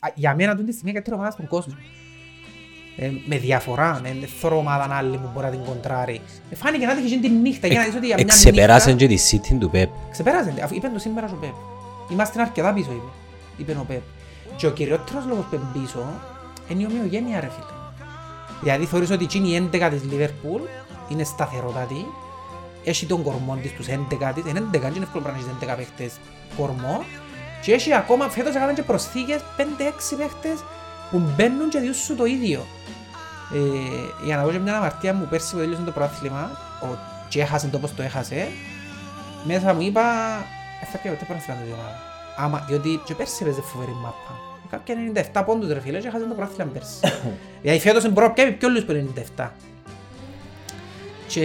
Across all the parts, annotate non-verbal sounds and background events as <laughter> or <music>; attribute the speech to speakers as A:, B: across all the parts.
A: α, για μένα τούτη τη στιγμή είναι η καλύτερη ομάδα στον κόσμο. Ε, με διαφορά, με δεν θωρώ ομάδαν άλλη που μπορεί να την κοντράρει. Ε, φάνηκε να είχε την νύχτα Ε, για να δεις ότι για μια νύχτα...
B: Εξεπεράσαν Ε, και τη City του Πεπ.
A: Ξεπέρασε, αφού είπε το σήμερα ο Πεπ. Είμαστε αρκετά πίσω, είπε. Είπε ο Πεπ. Και ο κυριότερος λόγος που είναι πίσω είναι η ομοιογένεια, ρε φίλε. Δηλαδή θεωρείς ότι εκείνη η 11 της Λιβερπούλ είναι σταθερότατη, έχει τον κορμό της τους 11 της, είναι 11, δεν είναι εύκολο να έχεις 11 παίχτες κορμό και έχει ακόμα φέτος έκαναν και προσθήκες 5-6 παίχτες που μπαίνουν και διούσουν σου το ίδιο. Ε, για να πω και μια αμαρτία μου πέρσι που τελείωσε το πρωτάθλημα ο, και έχασε το όπως το έχασε, μέσα μου είπα «Ε, θα πιέω, δεν πρέπει να την ομάδα». Άμα, διότι και πέρσι έπαιζε φοβερή μάπα. Κάποια 97 πόντους ρε φίλε και έχασε το πρωτάθλημα πέρσι. δηλαδή φέτος είναι πρώτα πια πιο λίγους που 97. Και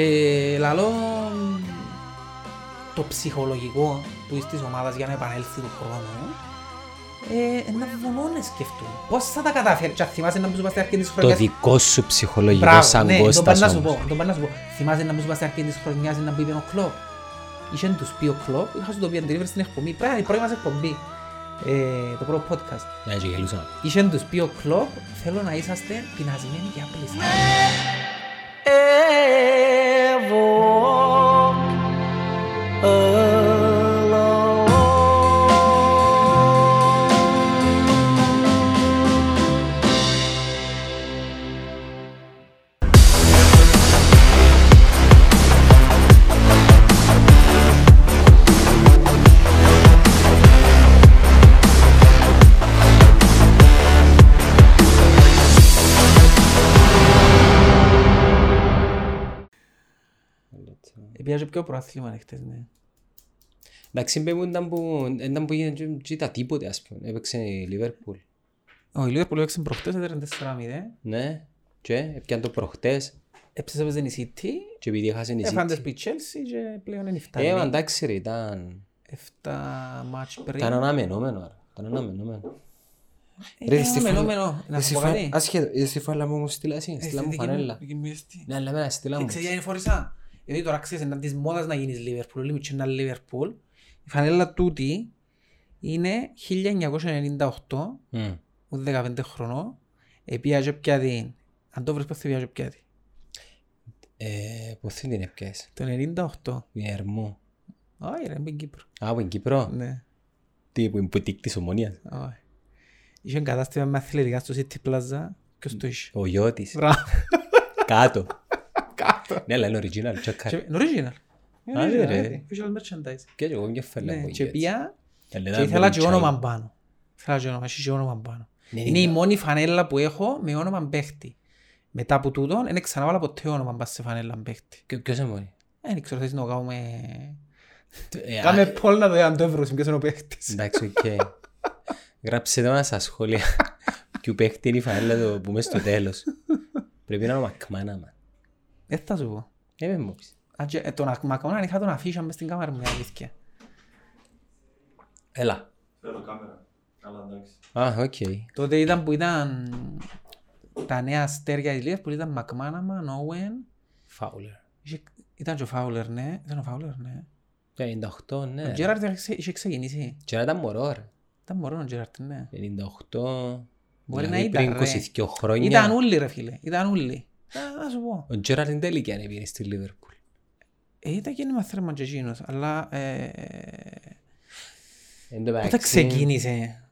A: λαλό το ψυχολογικό του εις της ομάδας για να επανέλθει του χρόνου ε, να βουνό να σκεφτούν. Πώς θα τα καταφέρει, και αν θυμάσαι να μου σου πας στην αρχή της
B: Το
A: χρονιάς.
B: δικό σου ψυχολογικό
A: Μπράβο,
B: σαν
A: ναι, το
B: Κώστας
A: πάνε να σου
B: όμως.
A: πω, το πάνε να σου πω. Θυμάσαι να μου σου πας στην αρχή της χρονιάς να μου είπε ο Κλόπ. Είχε να τους πει ο Κλόπ, είχα σου το πει αν την ήβρε στην εκπομπή, πρέπει να είναι η πρώτη μας εκπομπή, ε, το πρώτο podcast.
B: Ναι, και γελούσα.
A: Είχε να τους πει ο Κλόπ, θέλω να είσαστε πεινασμένοι και απλήστοι. Επίαζε πιο προάθλημα νύχτες, ναι.
B: Εντάξει, είπε μου ήταν που, ήταν που έγινε και- και τα τίποτε, ας πούμε. Έπαιξε η Λίβερπουλ.
A: Ο Λίβερπουλ έπαιξε προχτές, έδερνε 4-0.
B: Ναι, και έπιαν το προχτές
A: Έψες έπαιζε η City,
B: και επειδή έχασε η
A: Έφανε
B: City.
A: πει Chelsea και πλέον είναι
B: Ε, μα
A: φτάνει.
B: εντάξει ρε, ήταν...
A: Εφτά μάτς πριν.
B: Ήταν αναμενόμενο, ρε. Ήταν αναμενόμενο.
A: Ε,
B: Ρε, στη
A: ένα
B: φα-
A: μενόμενο.
B: Ε,
A: Να σου πω κάτι. Ε,
B: Ασχέτω, εσύ φάλα μου ε, όμως στείλα εσύ, στείλα μου φανέλα. Ναι, αλλά εμένα στείλα μου.
A: Ξέρετε είναι φορησά. Γιατί τώρα ξέρεις είναι της μόδας να γίνεις Liverpool. Λίγο και ένα Liverpool. Η φανέλα τούτη είναι 1998
B: Μμ.
A: που 15 χρονών. Επίαζε πια την. Αν το βρεις πώς θα πιάζε πια την.
B: Ε, ποθή την έπιασες.
A: Το 98.
B: Η Ερμού.
A: Όχι ρε, είμαι Κύπρο.
B: Α, που είναι Κύπρο.
A: Ναι.
B: Τι, που είναι που τίκ της Ομονίας.
A: Όχι. Είχε κατάστημα με αθλητικά στο City Plaza. Ποιος το είχε.
B: Ο Γιώτης.
A: Μπράβο.
B: Κάτω.
A: Κάτω.
B: Ναι, αλλά είναι original, τσακάρ.
A: Και- Είναι original. Είναι
B: Α, ναι,
A: original,
B: ρε.
A: έτσι. Official merchandise.
B: Και εγώ μια φέλα
A: Ναι,
B: μου
A: και
B: είναι έτσι.
A: πια
B: Αλλά
A: και
B: ήταν
A: ήθελα και
B: πολύ
A: όνομα
B: τσάι.
A: πάνω. Ήθελα και όνομα, έχει και όνομα πάνω.
B: Ναι,
A: Είναι
B: ναι.
A: η μόνη φανέλα που έχω με όνομα παίχτη. Μετά από τούτον, δεν ξαναβάλα ποτέ όνομα μπας σε φανέλα παίχτη.
B: Και- Ποιος είναι μόνοι.
A: Δεν ξέρω, θες να το κάνουμε...
B: Ε,
A: Κάμε
B: α,
A: πόλ να δω αν το εύρωσε, ποιος είναι ο παίχτης.
B: Εντάξει, οκ. Γράψτε το μας στα σχόλια. <laughs> Ποιου παίχτη είναι η φανέλα του που είμαι στο τέλος. Πρέπει να είναι ο Μακμάνα, μα.
A: Δεν θα σου πω.
B: Ε, με μου πεις.
A: Αν και, ε, Τον Μακμόναν είχα τον αφήσει μες στην κάμαρα μου, η αλήθεια.
B: Έλα.
C: Θέλω κάμερα. Αλλά εντάξει.
B: Α, οκ.
A: Τότε ήταν που ήταν τα νέα αστέρια της Λίβερπουλ, ήταν Μακμάναμαν, Όουεν,
B: Φάουλερ.
A: Είχε- Ήταν και ο Φάουλερ, ναι. Ήταν ο Φάουλερ, ναι.
B: 58,
A: Ο
B: ναι.
A: Γκέραρτ είχε- είχε ξεκινήσει.
B: Τζέρα ήταν μωρό, ρε.
A: Ήταν μωρό ο Γκέραρτ, ναι.
B: 58.
A: Μπορεί
B: δηλαδή
A: να ήταν,
B: Πριν 22 χρόνια.
A: Ήταν όλοι ρε φίλε, ήταν όλοι. Να να σου πω.
B: Ο Τζέραρ είναι τέλεια αν πήγαινε στη Λίβερπουλ.
A: Ε, Ήταν και ένα θέρμα και εκείνος, αλλά... ε,
B: Εν τω μεταξύ,
A: Πότε ξεκίνησε.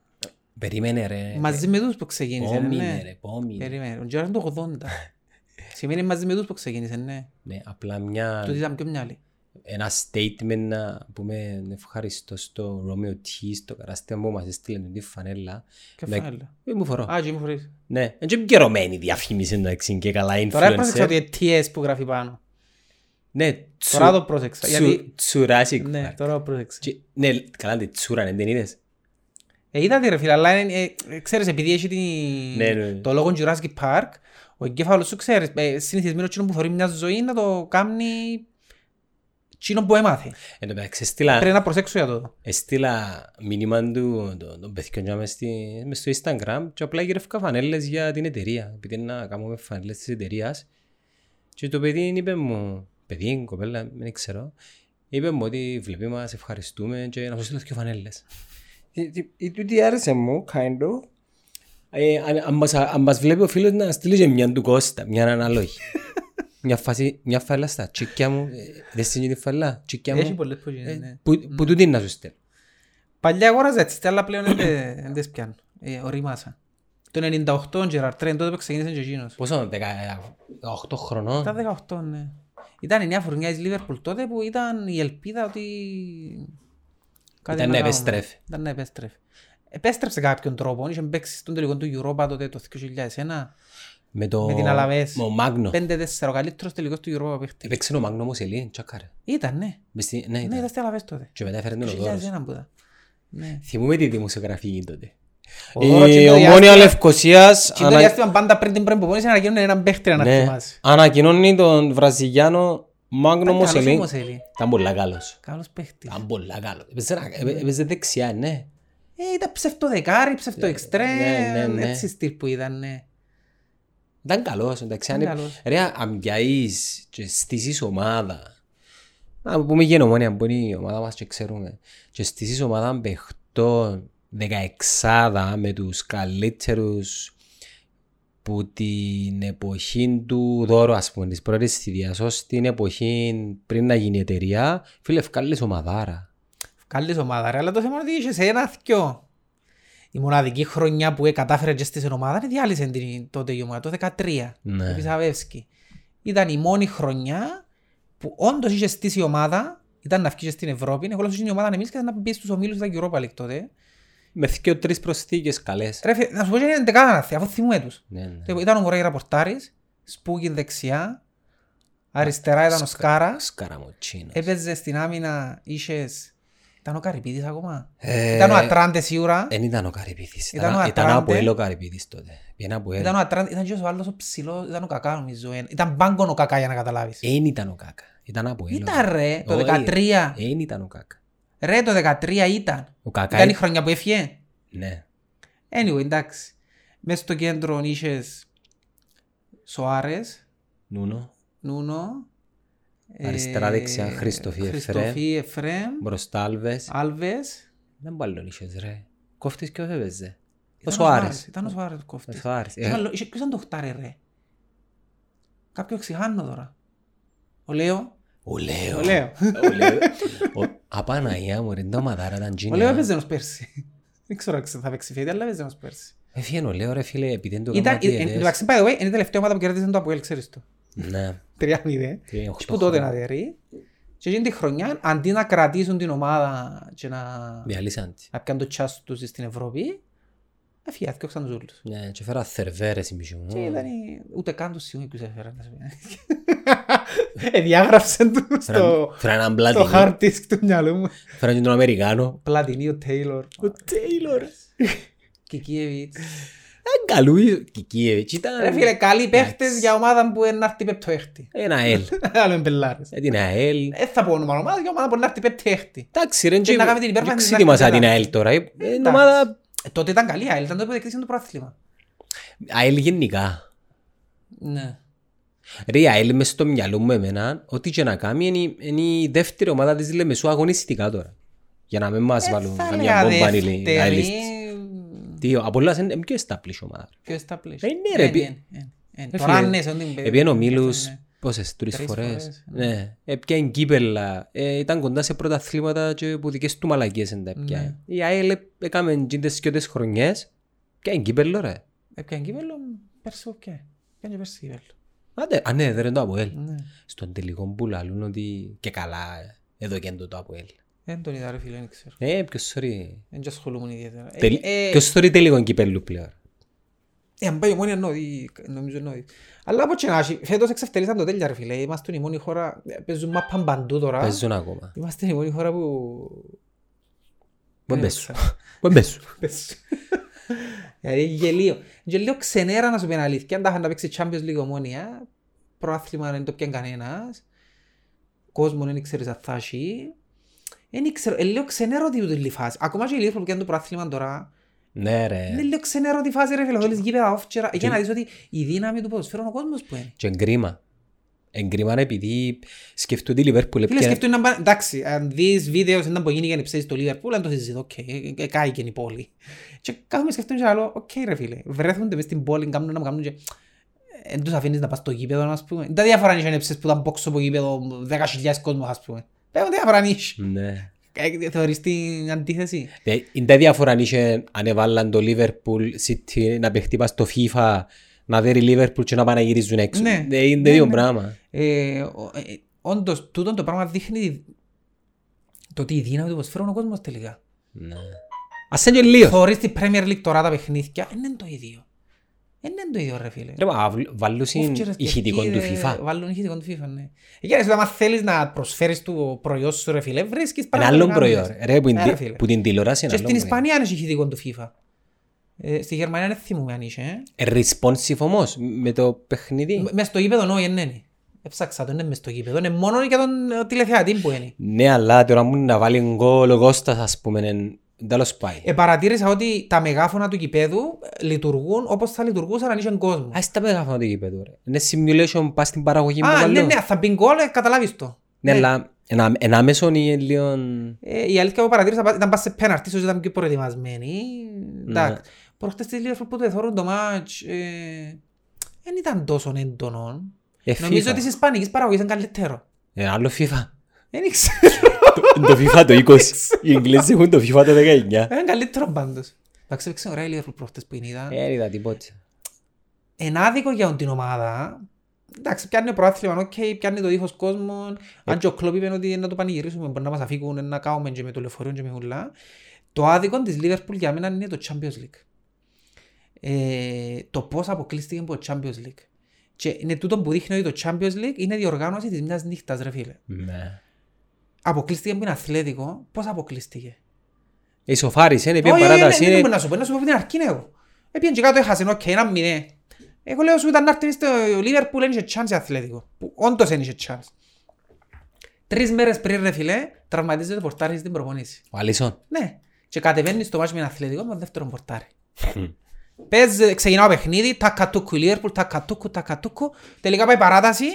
B: Περίμενε Ε, ρε.
A: Μαζί με τους που ξεκίνησε,
B: Πόμινε
A: ναι.
B: ρε, πόμινε.
A: Περίμενε. Ο Γκέραρτ είναι το
B: <laughs>
A: 80. Σημαίνει μαζί με τους που ξεκίνησε, ναι.
B: Ναι, απλά μια...
A: Του ήταν πιο μυαλή.
B: ένα statement να πούμε «Ναι, ευχαριστώ στο Romeo T, στο καραστέα μου μας έστειλε τη φανέλα.
A: Και
B: Ναι.
A: φάλα.
B: Ε, μου φορώ.
A: Α, και μου φορείς.
B: Ναι, είναι και επικαιρωμένη η διαφήμιση εντάξει και καλά
A: Τώρα έπραξα
B: influencer.
A: ότι αιτίες που γράφει πάνω.
B: Ναι, τσου-
A: Τώρα το πρόσεξα. Γιατί...
B: τσου- τσουράζει.
A: Ναι, τώρα το πρόσεξα.
B: Και- Ναι, καλά την τσούρα, ναι, δεν είδες.
A: Ε, είδατε ρε φίλε, αλλά είναι, ε, ε, ξέρεις επειδή έχει την...
B: Ναι, ναι.
A: το λόγο Jurassic Park, ο εγκέφαλος σου ξέρεις, ε, συνηθισμένος εκείνο που θωρεί μια ζωή να το κάνει εκείνο που έμαθε.
B: Εν τω μεταξύ, έστειλα-
A: Πρέπει να προσέξω για το.
B: έστειλα μήνυμα του των- των παιδιών για μες στη- μες στο Instagram και απλά γύρευκα φανέλες για την εταιρεία. Επειδή να κάνουμε φανέλες της εταιρείας. Και το παιδί είπε μου, παιδί, κοπέλα, δεν ξέρω, είπε μου ότι βλέπει μας, ε, ευχαριστούμε και να σου στείλω δύο φανέλες. Ε, τι- Η τούτη άρεσε μου, kind of. Ε, αν- αν μας- Αν μας βλέπει ο φίλος να στείλει και μια του Κώστα, μια
A: <laughs>
B: αναλόγη. Μια φάση, μια φάλα στα τσίκια μου, ε, δεν στείλει τη φάλα, τσίκια
A: Έχει
B: μου,
A: πολλές που
B: ε,
A: γίνεται, ναι.
B: που- που τούτη να σου στέλνω.
A: Παλιά αγόραζα έτσι, αλλά πλέον δεν τε- δεν τις πιάνω. Ε, Ορίμασα. Το 98 Gerard Trent, τότε που ξεκίνησε και εκείνος.
B: Πόσο, 18
A: Τα
B: χρονών.
A: 18, ναι. Ήταν η νέα φουρνιά της Liverpool τότε που ήταν η ελπίδα ότι... κάτι
B: Ήταν
A: κάνουμε.
B: να επιστρέφει.
A: Ήταν να επέστρεφε. Επέστρεψε κάποιον τρόπο, είχε παίξει στον τελικό του Europa τότε το 2001.
B: Με, το...
A: με την Αλαβές.
B: Με ο Μάγνο.
A: 5-4, ο καλύτερος τελικός του Europa παίχτη.
B: Έπαιξε ο Μάγνο όμως ελίν, τσακάρε.
A: Ήταν, ναι.
B: Μες στη- Ναι,
A: Ναι,
B: ήταν.
A: ήταν στη Αλαβές τότε.
B: Και μετά έφερε τον ο Δώρος.
A: 2001 που ήταν. Ναι.
B: Θυμούμε τη δημοσιογραφική τότε. Ε,
A: Ο Δώρος είναι
B: Η
A: το
B: ομόνια
A: διάστημα-
B: Λευκοσίας
A: Και το
B: ανα-
A: διάστημα πάντα πριν την πρώτη προπόνηση ανακοίνωνε έναν παίχτη να
B: ναι,
A: θυμάσαι.
B: ανακοινώνει τον Βραζιλιάνο Μάγνο
A: Ήταν καλός
B: Μοσελίν.
A: όμως, Ελί.
B: Ήταν πολλά καλός.
A: Καλός παίχτης.
B: Ήταν πολλά καλός. Έπαιζε να- Έπαιζε δεξιά, ναι.
A: Ε, ήταν ψευτοδεκάρι,
B: Ναι, ναι,
A: ψευτοεξτρέμ,
B: ναι.
A: έτσι στυλ που ήταν, ναι.
B: Ήταν καλός, εντάξει.
A: Ήταν
B: Αν...
A: καλός.
B: Ρε, αν πιαείς και στήσεις ομάδα, να πούμε για ομόνια που είναι η ομάδα μας και ξέρουμε, και στήσεις ομάδα παιχτών δεκαεξάδα με τους καλύτερους που την εποχή του δώρου, ας πούμε, της πρώτης θητείας, ως την εποχή πριν να γίνει η εταιρεία, φίλε, ευκάλλεις ομαδάρα.
A: Καλή ομάδα, ρε, αλλά το θέμα είναι ότι είχες ένα θκιο. Η μοναδική χρονιά που ε, κατάφερε και στήσε ομάδα είναι διάλυσε την τότε η ομάδα, το 13,
B: Ναι.
A: ο Πισαβεύσκη. Ήταν η μόνη χρονιά που όντως είχε στήσει η ομάδα, ήταν να βγει στην Ευρώπη, εγώ λόγω η ομάδα εμείς και να μπεις στους ομίλους τα Europa League τότε.
B: Με δυο τρεις προσθήκες καλές.
A: Ρε, φε- να σου πω και είναι εντεκάδα, αφού θυμούμε τους.
B: Ναι, ναι.
A: Το- Ήταν ο Μωρέιρα Πορτάρης, Σπούγιν δεξιά, αριστερά ήταν ο Σκάρας,
B: Σκαραμοτσίνος.
A: έπαιζε στην άμυνα, είχες... Ήταν ο Καρυπίδης ακόμα.
B: Ε,
A: Ήταν ο Ατράντες σίγουρα.
B: Δεν ήταν ο Καρυπίδης.
A: Ήταν
B: Ήταν,
A: ο
B: ήταν, ήταν
A: Ατράντε.
B: από ο Καρυπίδης τότε. Πήγαινε από
A: Ήταν ο Ατράντε, ήταν και ο άλλος ο ψηλός, ήταν ο Κακάς νομίζω. ε. Ήταν μπάγκον ο Κακά για να καταλάβεις.
B: Δεν ήταν ο Κάκα. Ήταν από
A: Ήταν ρε, το
B: Όχι.
A: 13.
B: Δεν ήταν ο Κάκα.
A: Ρε, το 13 ήταν.
B: Ο Κάκα
A: Ήταν η
B: ήταν...
A: χρονιά που έφυγε.
B: Ναι.
A: Anyway, εντάξει. Μες στο κέντρο είχες Σοάρες,
B: Νούνο.
A: Νούνο. ε,
B: Αριστερά, δεξιά, Χριστοφή, Εφρέμ.
A: Χριστοφή, Εφρέμ.
B: Μπροστά Άλβες.
A: Άλβες.
B: Δεν πάλι είχες ρε. Κόφτης και ο Φέβεζε. Ο
A: Ήταν
B: Σοάρες.
A: Ήταν ο Σοάρες ο
B: Ο
A: κόφτης.
B: Σοάρες. Ε,
A: Ποιος άλλο- είχε- Ποιος ήταν το χτάρι ρε. Κάποιο ξεχάνω τώρα. Ο Λέο.
B: Ο Λέο.
A: Ο Λέο.
B: Ε, Ο Λέο. Ο- Απαναγιά μου ρε. Τα μαδάρα ήταν
A: Ο Λέο
B: τζίνια.
A: έπαιζε ως πέρσι. <laughs> Δεν ξέρω αν ξε- θα παίξει φέτος, αλλά έπαιζε ως πέρσι.
B: Έφυγε Ε, ο Λέο ρε φίλε επειδή δεν το
A: Ήταν,
B: έκανα
A: εν- εν- εν τω μεταξύ, by the way, είναι η τελευταία ομάδα που κέρδισε το Αποέλ, ξέρεις το.
B: Ναι.
A: 3-0.
B: Τι, οχτώ
A: Και που τότε να
B: χρόνια.
A: διαιρεί. Και εκείνη τη χρονιά, αντί να κρατήσουν την ομάδα και να,
B: Διαλύσαν τη.
A: να πιάνουν το τσάσο τους στην Ευρώπη, εφιάθηκαν τους όλους.
B: Ναι, και φέρα θερβέρες η μισή μου.
A: Και ήταν η- ούτε καν τους συγγονικούς έφεραν. να σου
B: <laughs>
A: πω. Εδιάγραψαν τους στο-
B: Φέρα έναν
A: στο
B: πλάτη.
A: hard disk του μυαλού μου.
B: Φέρα και τον Αμερικάνο.
A: Πλατινί ο Τέιλορ.
B: Ο Τέιλορ.
A: Κικίεβιτς.
B: Καλούι. Κικίεβιτς. Ήταν
A: Ρε φίλε, καλοί παίχτες
B: Εντάξει.
A: για ομάδα που είναι να έρθει πέπτο
B: <laughs>
A: έχτη.
B: ένα ελ.
A: Άλλο εμπελάρες.
B: Ε, Την ΑΕΛ.
A: Δεν θα πω όνομα ομάδα, για ομάδα που να έρθει πέπτο έχτη.
B: Εντάξει, ρε,
A: Και να κάνουμε την υπέρβαση της
B: ξετοιμάσα την
A: Άκρης,
B: ΑΕΛ τώρα. Ε, Είναι
A: Εντάξει.
B: ομάδα
A: Ε, Τότε ήταν καλή, αλλά ήταν τότε που διεκδίκησαν το πρόθλημα.
B: ΑΕΛ γενικά.
A: Ναι.
B: Ρε, η ΑΕΛ μες στο μυαλό μου εμένα, ό,τι και να κάνει, είναι, η- είναι η δεύτερη ομάδα της Λεμεσού αγωνιστικά τώρα. Για να μην μας βάλουν
A: Ε, θα
B: καμιά
A: έλεγα
B: μπόμπα οι
A: δεύτερη.
B: ΑΕΛιστες. Τι, από όλα ε, είναι πιο established ομάδα.
A: Ποιος τα πλαίσια.
B: Ε, ναι, ρε,
A: Ε,
B: πι-
A: ναι, ναι, ναι.
B: Ε,
A: Τώρα
B: φίλε,
A: ναι, σε ό,τι μπαίνει.
B: Επειδή ο Μίλους
A: Ναι.
B: πόσες, τρεις
A: Τρεις
B: φορές.
A: φορές, ναι.
B: Ναι, έπιαν κύπελα. Ε, ήταν κοντά σε πρώτα αθλήματα και που δικές του μαλακίες δεν τα έπιαν.
A: Ναι.
B: Η ΑΕΛ έκαμε τζίντες και ότες χρονιές. Πιαν κύπελο ρε.
A: Έπιαν κύπελλο, Ε, πέρσι έπιαν. Έπιαν και πέρσι κύπελλο.
B: Άντε, α, ναι, δεν είναι το Αποέλ.
A: Ναι.
B: στον τελικό που λαλούν ότι και καλά ε, εδώ και το το Αποέλ.
A: Δεν τον είδα ρε φίλε, δεν ξέρω.
B: Ε, ποιος θεωρεί...
A: Δεν και ασχολούμουν ιδιαίτερα. Ε,
B: Τελ...
A: ε,
B: Ποιος θεωρεί τελικό κυπέλλου πλέον.
A: Ε, αν πάει η Ομόνια εννοεί, νομίζω εννοεί. Αλλά από και να έχει, φέτος εξευτελίσαν το τέλεια ρε φίλε. Είμαστε η μόνη χώρα, ε, παίζουν μάπαν παντού τώρα.
B: Παίζουν ακόμα.
A: Είμαστε η μόνη χώρα που... Δεν
B: Μπορεί να παίζουν.
A: ξέρω.
B: Μπορεί να παίζουν.
A: Παίζουν. Δηλαδή γελίο. Γελίο ξενέρα να σου πει την αλήθεια. Και Αν τα είχαν να παίξει Champions League ομόνια, προάθλημα δεν το πιαν κανένας. Κόσμο δεν ξέρεις αν θα έχει. Δεν ήξερα, ε, λέω ξενέρο τι τούτη η φάση. Ακόμα και η Liverpool που πιάνει το προάθλημα τώρα,
B: Ναι ρε.
A: είναι λίγο ξενέρο τη φάση ρε φίλε, όλες γήπεδα off και- για να δεις ότι η δύναμη του ποδοσφαίρου είναι ο κόσμος που είναι.
B: Και κρίμα. Εγκριμάνε επειδή σκεφτούνται η Λιβέρπουλ.
A: Φίλε, σκέφτομαι να πάνε- Εντάξει, αν δεις βίντεος σε ένα που γίνει για να ψέσεις το Liverpool, αν το συζητώ, οκ, ε, ε, κάει και η πόλη. Και κάθομαι σκέφτομαι και άλλο, οκ ρε φίλε, βρέθονται μες στην πόλη, κάνουν να μου κάνουν και... Ε, Εν τους αφήνεις να πας στο γήπεδο, ας πούμε. Τα διαφορά είναι να ψέσεις που ήταν πόξο από γήπεδο 10.000 κόσμος, ας πούμε. Πέμε, τι διαφορά είναι.
B: Ναι.
A: Ε, Θεωρείς την αντίθεση.
B: Ε, Είναι τα διαφορά αν είχε αν έβαλαν το Liverpool City να παιχτεί πας στο FIFA να δέρει Liverpool και να πάνε να γυρίζουν έξω.
A: Ναι.
B: Ε, Είναι
A: Ναι,
B: το ίδιο
A: ναι.
B: πράγμα.
A: Ε, ο- ε, Όντως, τούτο το πράγμα δείχνει το ότι η δύναμη του ποδοσφαίρου είναι ο κόσμος τελικά.
B: Ναι. Ας είναι και λίγο.
A: Θεωρείς την Premier League τώρα τα παιχνίδια, δεν είναι το ίδιο. Δεν είναι το ίδιο ρε φίλε.
B: Ρε, μα, αυλ- βάλουσιν
A: Όφτιερες και
B: ηχητικό
A: εκεί,
B: του
A: ρε,
B: FIFA.
A: Βάλουν ηχητικό του FIFA, ναι. Για να άμα θέλεις να προσφέρεις το προϊόν σου ρε φίλε, βρίσκεις
B: Ένα
A: πράγματα
B: άλλο
A: να κάνεις.
B: προϊόν. Ρε, που,
A: Ναι,
B: είναι-
A: ρε, φίλε.
B: που την τηλεόραση είναι
A: Και
B: άλλο
A: στην
B: προϊόν.
A: Ισπανία είναι ηχητικό του FIFA. Ε, Στη Γερμανία δεν θυμούμαι αν είσαι. ε.
B: Responsive όμως με το παιχνίδι.
A: Μες στο γήπεδο όχι, δεν είναι. Έψαξα το, είναι μες στο γήπεδο. Είναι μόνο για τον ε, τηλεθεατή που είναι.
B: Ναι, αλλά τώρα μου να βάλει γκολ ο Κώστας, ας πούμε, εν- εν τέλος πάει.
A: Ε, παρατήρησα ότι τα μεγάφωνα του γηπέδου ε, λειτουργούν όπως θα λειτουργούσαν αν είχε κόσμο.
B: Ας τα μεγάφωνα το γήπεδο, ρε. Είναι simulation, πας στην παραγωγή μου.
A: Α, ναι,
B: βάλω.
A: ναι, θα μπει γκολ, ε, καταλάβεις το.
B: Ναι, αλλά ένα- ενάμεσον ή λίγο...
A: Ε, η αλήθεια που παρατήρησα πα- ήταν πας σε πέναρτι, ίσως ήταν πιο προετοιμασμένοι.
B: Ναι.
A: Εντάξει. Προχτές της Liverpool που το εθώρουν το μάτς, ε, δεν ήταν τόσο έντονο.
B: Ε,
A: Νομίζω
B: FIFA.
A: ότι της Ισπανικής παραγωγής είναι καλύτερο.
B: Ε, άλλο FIFA.
A: Δεν <laughs> ξέρω,
B: το FIFA το 20. Οι Εγγλές έχουν το FIFA το 19.
A: είναι καλύτερο πάντως. Εντάξει, έπαιξε ωραία η Liverpool προχτές που είναι είδα.
B: Ε, είδα τίποτα.
A: Εν άδικο για την ομάδα. Εντάξει, πιάνει προάθλημα, οκ, πιάνει το ύφος κόσμων. Αν και ο Κλόπ είπε ότι να το πανηγυρίσουμε, μπορεί να μας αφήκουν, να κάνουμε και με το λεωφορείο και με ούλα. Το άδικο της Liverpool για μένα είναι το Champions League. Ε, το πώς αποκλείστηκε από το Champions League. Και είναι τούτο που δείχνει ότι το Champions League είναι διοργάνωση της μιας νύχτας, ρε φίλε.
B: Ναι.
A: Αποκλείστηκε από την Αθλέτικο, πώς αποκλείστηκε.
B: Ε, Ισοφάρισε, είναι
A: Όχι,
B: πήγαινε
A: όχι,
B: παράταση.
A: δεν- δεν
B: είναι-
A: μπορώ να σου πω, να σου πω την αρκή είναι εγώ. Έπιαν και κάτω έχασε, οκ, ένα μηδέ. Εγώ λέω σου ήταν να έρθεις στο Λίβερπουλ, δεν είχε chance η αθλητικό. Που όντως δεν είχε chance. Τρεις μέρες πριν ρε φιλέ, τραυματίζεται το πορτάρι στην προπονήση.
B: Ο Αλίσον.
A: Ναι. Και κατεβαίνει στο μάτσο με ένα αθλητικό με δεύτερο πορτάρι. Παίζει, ξεκινά το παιχνίδι, τα κατούκου η Λίβερπουλ, τα κατούκου, τα κατούκου. Τελικά πάει παράταση.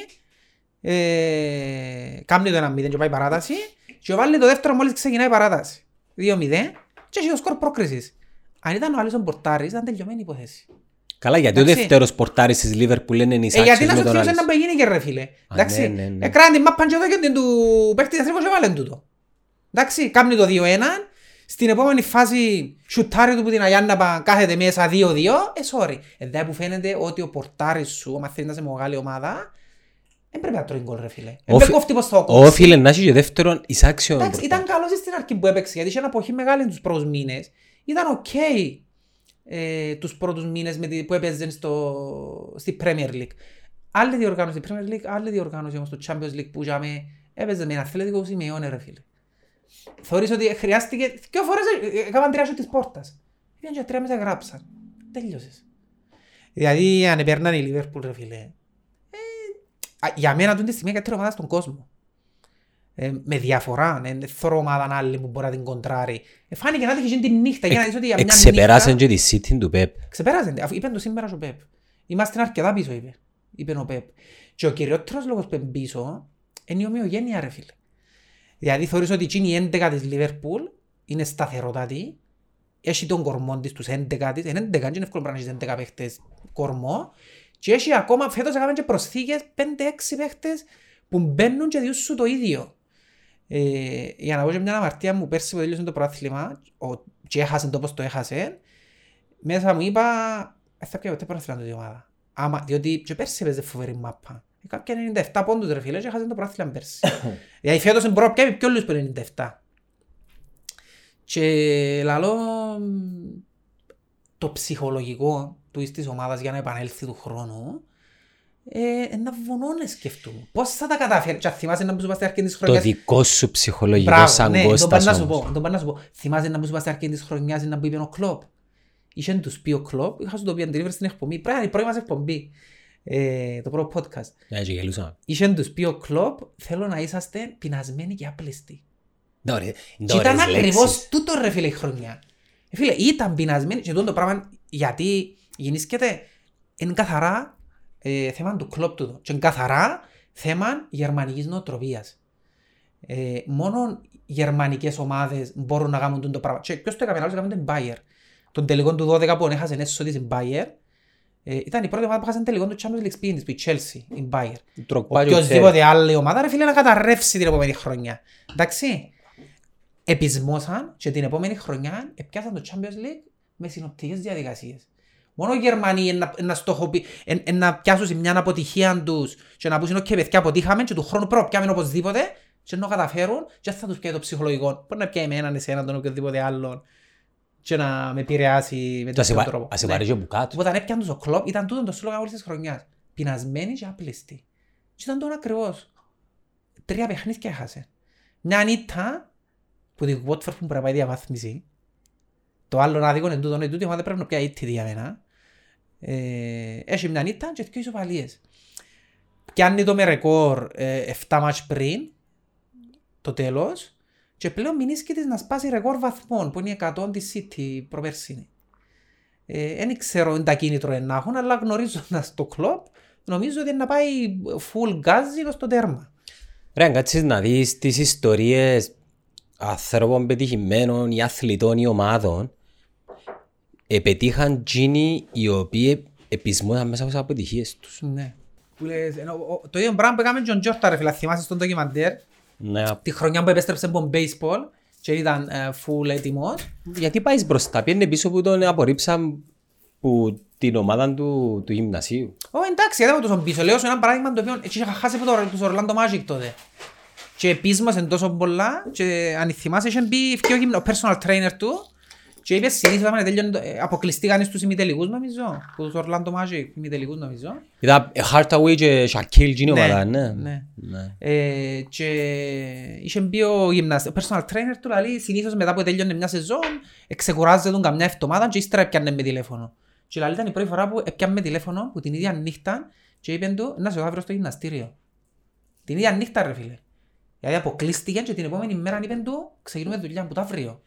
A: Ε, κάμνει το ένα μηδέν και πάει παράταση. Και βάλει το δεύτερο μόλις ξεκινάει η παράταση. 2-0 και έχει το σκορ πρόκρισης. Αν ήταν ο Άλισον Πορτάρης, ήταν τελειωμένη η υπόθεση.
B: Καλά, γιατί ο
A: Εντάξει.
B: δεύτερος πορτάρης της Λίβερπουλ είναι η
A: Ε, γιατί να σου
B: με τον
A: θυμίσω ένα
B: Άλισον.
A: μπαιγίνη και ρε φίλε.
B: ναι,
A: Εντάξει, ε,
B: ναι, ναι.
A: εκράνε την μάπαν και εδώ και την του παίχτη της και βάλεν τούτο. Εντάξει, κάμνει το 2-1. Στην επόμενη φάση σουτάρει του που την Αγιάννα πα- κάθεται μέσα 2-2. Ε, sorry. Εδώ που φαίνεται ότι ο πορτάρης σου, άμα θέλει να είσαι μεγάλη ομάδα, δεν πρέπει να τρώει γκολ ρε φίλε. Ε, Δεν
B: Όφι-
A: πρέπει κόφτει πως το
B: Ο Όφιλε να έχει και δεύτερον εισάξιον.
A: Εντάξει,
B: πορτάρι.
A: ήταν καλός στην αρχή που έπαιξε, γιατί είχε ένα αποχή μεγάλη τους πρώτους μήνες. Ήταν οκ ε, τους πρώτους μήνες με τη, που έπαιζε στο, στη Premier League. Άλλη διοργάνωση η Premier League, άλλη διοργάνωση όμως το Champions League που είχαμε έπαιζε με ένα αθλητικό που σημειώνε ρε φίλε. Θεωρείς ότι χρειάστηκε, δυο φορές ε, ε, έκαναν τρία σου της πόρτας. Ήταν και τρία μέσα γράψαν. Τέλειωσες. Δηλαδή αν επέρναν η Λιβέρπουλ ρε φίλε. Ε, α, για μένα τούτη τη στιγμή είναι η καλύτερη ομάδα στον κόσμο. Ε, με διαφορά, ναι, δεν θωρώ ομάδα άλλη που μπορεί να την κοντράρει. Ε, φάνηκε να είχε την νύχτα για να δεις ότι για μια νύχτα...
B: Ε, Εξεπεράσαν και τη City του Πεπ.
A: Ξεπέρασε, αφού είπε το σήμερα ο Πεπ. Είμαστε αρκετά πίσω, είπε. Είπε ο Πεπ. Και ο κυριότερος λόγος που είναι πίσω είναι η ομοιογένεια, ρε φίλε. Δηλαδή θεωρείς ότι εκείνη η 11 της Λιβερπούλ είναι σταθερότατη, έχει τον κορμό της τους 11 της, είναι 11, δεν είναι εύκολο να έχεις 11 παίχτες κορμό, και έχει ακόμα, φέτος έκαμε και προσθήκες 5-6 παίχτες που μπαίνουν και διούν σου το ίδιο. Ε, για να πω και μια αμαρτία μου, πέρσι που τελείωσε το πρόθλημα, και έχασε το πώς το έχασε, μέσα μου είπα, «Ε, θα πιάω ποτέ πρόθυμα την ομάδα. Άμα, διότι και πέρσι έπαιζε φοβερή μάπα. Κάποια 97 πόντους ρε φίλε και χάσαν το πρόθυμα πέρσι. Δηλαδή φέτος μπορώ να πιάμε πιο όλους που 97. Και λαλό μ, το ψυχολογικό του της ομάδας για να επανέλθει του χρόνου ε, να βουνό να σκεφτούμε. Πώς θα τα καταφέρει. Και αν θυμάσαι να μπούς στην αρχή της
B: Το
A: χρονιάς
B: δικό σου ψυχολογικό
A: Μπράβο,
B: σαν
A: ναι, τον
B: Κώστας
A: πάνε να σου
B: όμως.
A: πω, τον πάνε να σου πω. Θυμάσαι να μου είμαστε αρκετή της χρονιάς να πήγαινε ο Κλόπ. Είχε τους πει ο Κλόπ, είχα σου το πει αν την ήβρε στην εκπομπή. Πρέπει να είναι η πρώτη μας εκπομπή, ε, το πρώτο podcast.
B: Ναι, και γελούσαμε.
A: Είχε τους πει ο Κλόπ, θέλω να είσαστε πεινασμένοι και άπλιστοι.
B: Ναι, ωραία. Είναι
A: Και ήταν
B: ωραίες λέξεις.
A: ακριβώς τούτο ρε φίλε η χρονιά. Ε, Φίλε, ήταν πεινασμένοι και τούτο το πράγμα γιατί γεννήσκεται εν καθαρά ε, θέμα του κλόπ του. Και εν καθαρά Θέμα γερμανικής νοοτροπίας. Ε, μόνο γερμανικές ομάδες μπορούν να κάνουν το πράγμα. Και ποιος το έκαμε, άλλος έκαμε την Bayer. Τον τελικό του 12 που έχασε έσω της η Bayer, ε, ήταν η πρώτη ομάδα που έχασε τελικό του Champions League σπίτι της, που η Chelsea, η Bayer.
B: Τροπάρει ο Τσέρι.
A: Οποιοςδήποτε άλλη ομάδα, ρε φίλε, να καταρρεύσει την επόμενη χρονιά. Εντάξει. Επισμώσαν και την επόμενη χρονιά επιάσαν το Champions League με συνοπτικές διαδικασίες. Μόνο οι Γερμανοί εν να, εν να, στοχοποιη- εν- εν να πιάσουν μια αποτυχία τους και να πούν «Οκ, παιδιά, αποτύχαμε και του χρόνου πρέπει να πιάμε οπωσδήποτε» και να το καταφέρουν και δεν θα τους πιάει το ψυχολογικό. Μπορεί να πιάει με έναν, εσένα, τον οποιοδήποτε άλλον και να με επηρεάσει με τον τρόπο.
B: Ας σε
A: Ναι.
B: βαρύζει ο Μπουκάτ.
A: Οπότε αν έπιαν τους ο κλόπ, ήταν τούτο το σύλλογο όλης της χρονιάς. Πεινασμένοι και άπλιστοι. Και ήταν τον ακριβώς. Τρία παιχνίδια έχασε. Μια ανήτα που τη Watford που πρέπει να πάει διαβάθμιση. Το άλλο άδικο είναι τούτο, είναι τούτη η ομάδα πρέπει να πιάει ήττη για μένα. Ε, έχει μια ανήτα και δύο ισοπαλίες. Πιάνει το με ρεκόρ ε, 7 μάτς πριν, το τέλος, και πλέον μην της να σπάσει ρεκόρ βαθμών που είναι 100 της City προπερσίνη. Ε, δεν ξέρω αν τα κίνητρο είναι να έχουν, αλλά γνωρίζοντας το κλοπ, νομίζω ότι είναι να πάει full γκάζι στο τέρμα.
B: Ρε, αν κάτσεις να δεις τις ιστορίες ανθρώπων πετυχημένων ή αθλητών ή ομάδων, επετύχαν τζίνοι οι οποίοι επισμούσαν μέσα από τις αποτυχίες τους.
A: Ναι. Που λες, ενώ, ο- το ίδιο πράγμα που έκαμε και ο Τζόρτα, ρε φίλα, θυμάσαι στον ντοκιμαντέρ,
B: Ναι.
A: τη χρονιά που επέστρεψε από baseball και ήταν ε, full έτοιμος.
B: Γιατί πάεις μπροστά, πιένε πίσω που τον απορρίψαν που την ομάδα του, του γυμνασίου.
A: Ω, εντάξει, είδαμε τον πίσω. Λέω σε ένα παράδειγμα το οποίο έτσι είχα χάσει από το- τους Orlando Magic τότε. Και επίσμασαν τόσο πολλά και αν θυμάσαι είχε μπει πιο γυμνό, ο personal trainer του και είπες συνήθως άμα τελειώνει, το- ε, αποκλειστήκαν στους ημιτελικούς νομίζω, που τους Orlando Magic ημιτελικούς νομίζω.
B: Ήταν Hardaway και Shaquille τζίνοι
A: Ναι,
B: ομάδα, ναι.
A: ναι.
B: ναι.
A: Ε, και είχε μπει ο γυμναστής, ο personal trainer του, δηλαδή συνήθως μετά που τελειώνει μια σεζόν, εξεκουράζεται τον καμιά εβδομάδα και ύστερα έπιανε με τηλέφωνο. Και δηλαδή ήταν η πρώτη φορά που έπιανε με τηλέφωνο, που την ίδια νύχτα, και είπε του, να σε δω αύριο στο γυμναστήριο. Την ίδια νύχτα ρε φίλε. Δηλαδή αποκλείστηκε και την επόμενη μέρα είπε του, ξεκινούμε δουλειά που το αύριο.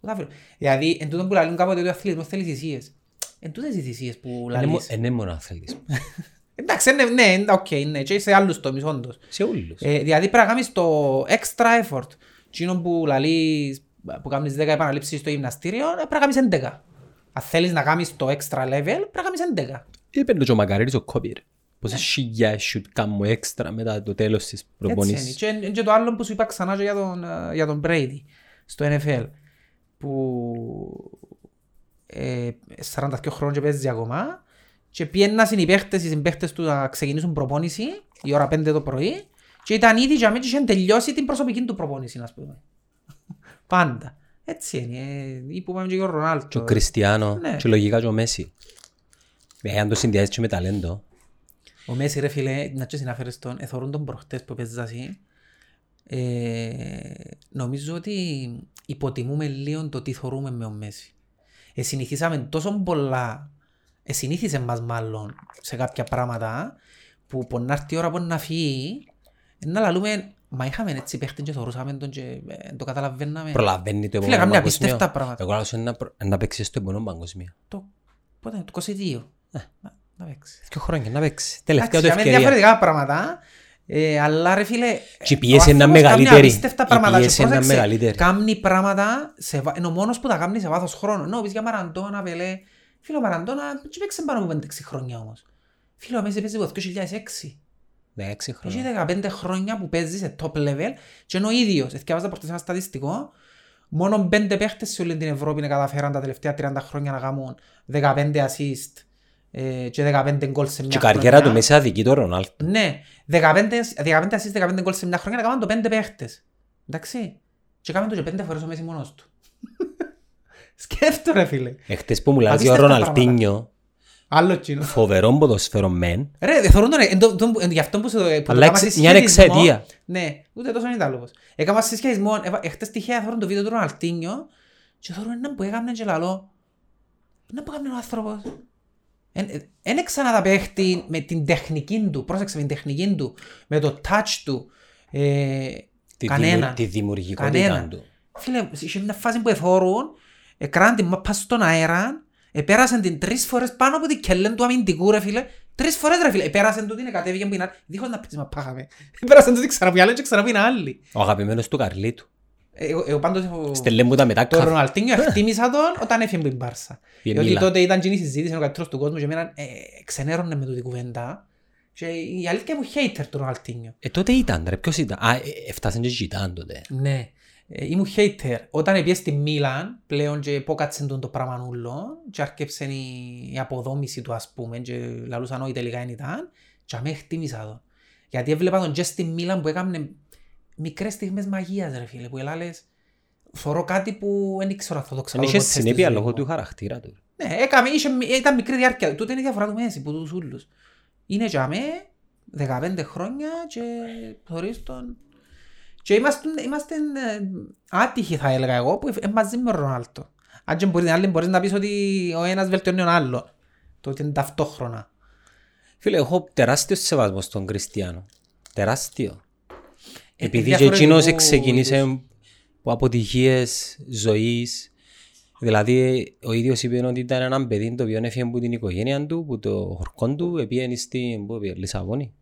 A: Που το αύριο. Δηλαδή, εν τούτον που λαλούν κάποτε ότι ο αθλητισμός θέλει θυσίες. Εν τούτες οι θυσίες που
B: Είναι μο-
A: λαλείς.
B: Είναι μόνο αθλητισμό.
A: Εντάξει, ναι, ναι, οκ, ναι, και σε άλλους τομείς όντως.
B: Σε όλους.
A: Ε, δηλαδή πρέπει να κάνεις το extra effort. Εκείνο που λαλείς, που κάνεις 10 επαναλήψεις στο γυμναστήριο, ε, πρέπει να κάνεις 11. Αν θέλεις να κάνεις το extra level, πρέπει να κάνεις 11.
B: Είπε το και ο Μακαρίτης ο Κόπιερ. Πόσες χιλιάδες σιουτ κάνω έξτρα μετά το τέλος της
A: Ναι. Έτσι είναι.
B: προπονήσης.
A: Και, εν- και το άλλο που σου είπα ξανά και για τον, ε, για τον Brady στο NFL που ε, 42 χρόνια και παίζει ακόμα και πιένα συνυπαίχτες οι συμπαίχτες του να ξεκινήσουν προπόνηση η ώρα 5 το πρωί και ήταν ήδη για μένα και είχε τελειώσει την προσωπική του προπόνηση να πούμε. <laughs> Πάντα. Έτσι είναι. Ε, ή που πάμε και για τον Ρονάλτο.
B: Και ο Κριστιανό
A: Ναι.
B: και λογικά και ο Μέση. Ε, αν το συνδυάζεις και με ταλέντο.
A: Ο Μέση ρε φίλε, να και συναφέρεις τον, εθωρούν τον προχτές που παίζασαι. Ε, νομίζω ότι υποτιμούμε λίγο το τι θωρούμε με ο Μέση. Ε, συνηθίσαμε τόσο πολλά, ε, συνήθισε μας μάλλον σε κάποια πράγματα που πονά έρθει η ώρα που να φύγει, ε, να λαλούμε, μα είχαμε έτσι παίχτην και θωρούσαμε τον και ε, δεν το καταλαβαίναμε.
B: Προλαβαίνει το
A: Φίλε,
B: επόμενο
A: κάμια
B: παγκοσμίο.
A: απίστευτα πράγματα.
B: Εγώ άλλο να, προ- να παίξει στο επόμενο παγκοσμίο.
A: Το, πότε, το 22. Ε, να- να παίξει.
B: Δύο χρόνια να παίξει. Τελευταία του
A: Εντάξει, για μένα
B: ευκαιρία.
A: διαφορετικά πράγματα. Ε, αλλά ρε φίλε,
B: Και η
A: ο
B: πίεση είναι
A: άνθρωπος κάνει
B: μεγαλύτερη.
A: απίστευτα
B: Η
A: πράγματα.
B: πίεση
A: Και
B: είναι
A: πρόσεξε,
B: μεγαλύτερη.
A: Κάνει πράγματα, σε, βα- είναι ο μόνος που τα κάνει σε βάθος χρόνου. Ενώ πεις για Μαραντόνα, Πελέ. Φίλε, ο Μαραντόνα δεν παίξε πάνω από 5-6 χρόνια όμως. Φίλε, ο Μέση παίζει από το
B: Ναι.
A: 2006.
B: Δέξι
A: Έχει
B: χρόνια.
A: 15 χρόνια που παίζει σε top level και ενώ ο ίδιος, εθιάβαζα προχτές ένα στατιστικό, μόνο 5 παίχτες σε όλη την Ευρώπη να καταφέραν τα τελευταία 30 χρόνια να κάνουν 15 assist ε, και 15 γκολ σε μια
B: Και η καριέρα του
A: χρονιά.
B: Μέση αδικεί το Ρονάλτο.
A: Ναι, 15 ασίστ, 15 γκολ σε μια χρονιά να κάνουν το πέντε παίχτες. Εντάξει. Και κάνουν το και πέντε φορές ο Μέση μόνος του. <laughs> Σκέφτο ρε φίλε.
B: Εχθές ε, που μου λέει ο
A: Απίστευτα
B: Ροναλτίνιο,
A: Άλλο κοινό.
B: φοβερό ποδοσφαίρο μεν,
A: Ρε, δε θεωρούν τον, ε, εν τω- τον- εν- γι' αυτό που, σε, ε, που το
B: Αλλά
A: έκαμα
B: εξ- μια
A: συσχετισμό-
B: εξαιτία.
A: Ναι, ούτε τόσο είναι λόγος. Έκαμα συσχετισμό, έβα- εχθές τυχαία θεωρούν το βίντεο του Ροναλτίνιο και θεωρούν έναν που έκαμνε και λαλό. Να που έκαμνε ο άνθρωπος. Ένα ξανά τα παίχτη με την τεχνική του, πρόσεξε με την τεχνική του, με το touch του. Ε,
B: τη,
A: κανένα.
B: δημιου- τη δημιουργικότητα
A: Κανένα.
B: του.
A: Φίλε, είχε μια φάση που εθώρουν, έκαναν την μάπα στον αέρα, Επέρασαν την τρεις φορές πάνω από την κελέν του αμυντικού ρε φίλε. Τρεις φορές ρε φίλε. Επέρασαν τούτη, κατέβηκε που είναι Δίχως να πεις μα πάγαμε. Επέρασαν τούτη ξανά που είναι άλλη και ξανά που είναι άλλη. Ε,
B: Ο αγαπημένος του Καρλίτου.
A: Εγώ, εγώ πάντως έχω...
B: Στελέ μου τα μετά
A: Το Ε,
B: καφ-
A: Ροναλτίνιο εκτίμησα τον όταν έφυγε από την Μπάρσα.
B: Η
A: Διότι
B: Εμίλα.
A: τότε ήταν κοινή συζήτηση με ο καλύτερος του κόσμου και εμένα ε, ξενέρωνε με τούτη κουβέντα. Και η αλήθεια μου hater του Ροναλτίνιο.
B: Ε, τότε ήταν ρε, ποιος ήταν. Α, ε, ε, έφτασαν και ζητάν τότε.
A: Ναι. Ε, ήμουν hater. Όταν πήγε στη Μίλαν, πλέον και πόκατσεν τον το πράγμα νουλό και αρκέψε η, η αποδόμηση του ας πούμε και λαλούσαν όχι τελικά δεν ήταν και αμέ χτίμησα τον. Γιατί έβλεπα τον και στη Μίλαν που έκαμνε μικρές στιγμές μαγείας ρε φίλε που ελάλες Θωρώ κάτι που δεν ήξερα θα το
B: Εν
A: ξαναδώ.
B: είχε
A: ποτέ στη
B: συνέπεια
A: ζωή
B: λόγω
A: μου.
B: του χαρακτήρα του.
A: Ναι, έκαμε, είχε, ήταν μικρή διάρκεια. Τούτε είναι η διαφορά του Μέση που τους ούλους. Είναι για με 15 χρόνια και θωρείς τον... Και είμαστε, είμαστε ε, άτυχοι θα έλεγα εγώ που είμαι μαζί με τον Ρονάλτο. Αν και μπορεί, άλλη, μπορείς να πεις ότι ο ένας βελτιώνει τον άλλο. Το ότι είναι ταυτόχρονα.
B: Φίλε, έχω τεράστιος σεβασμός στον Κριστιανό. Τεράστιο.
A: Ε,
B: Επειδή και
A: διαφορετικού
B: εκείνος
A: είδους.
B: ξεκίνησε από αποτυχίες ζωής. Δηλαδή, ο ίδιος είπε ότι ήταν ένα παιδί το οποίο έφυγε από την οικογένεια του, από το χορκό του, επήγαινε στην πού πήγε, Λισαβόνη.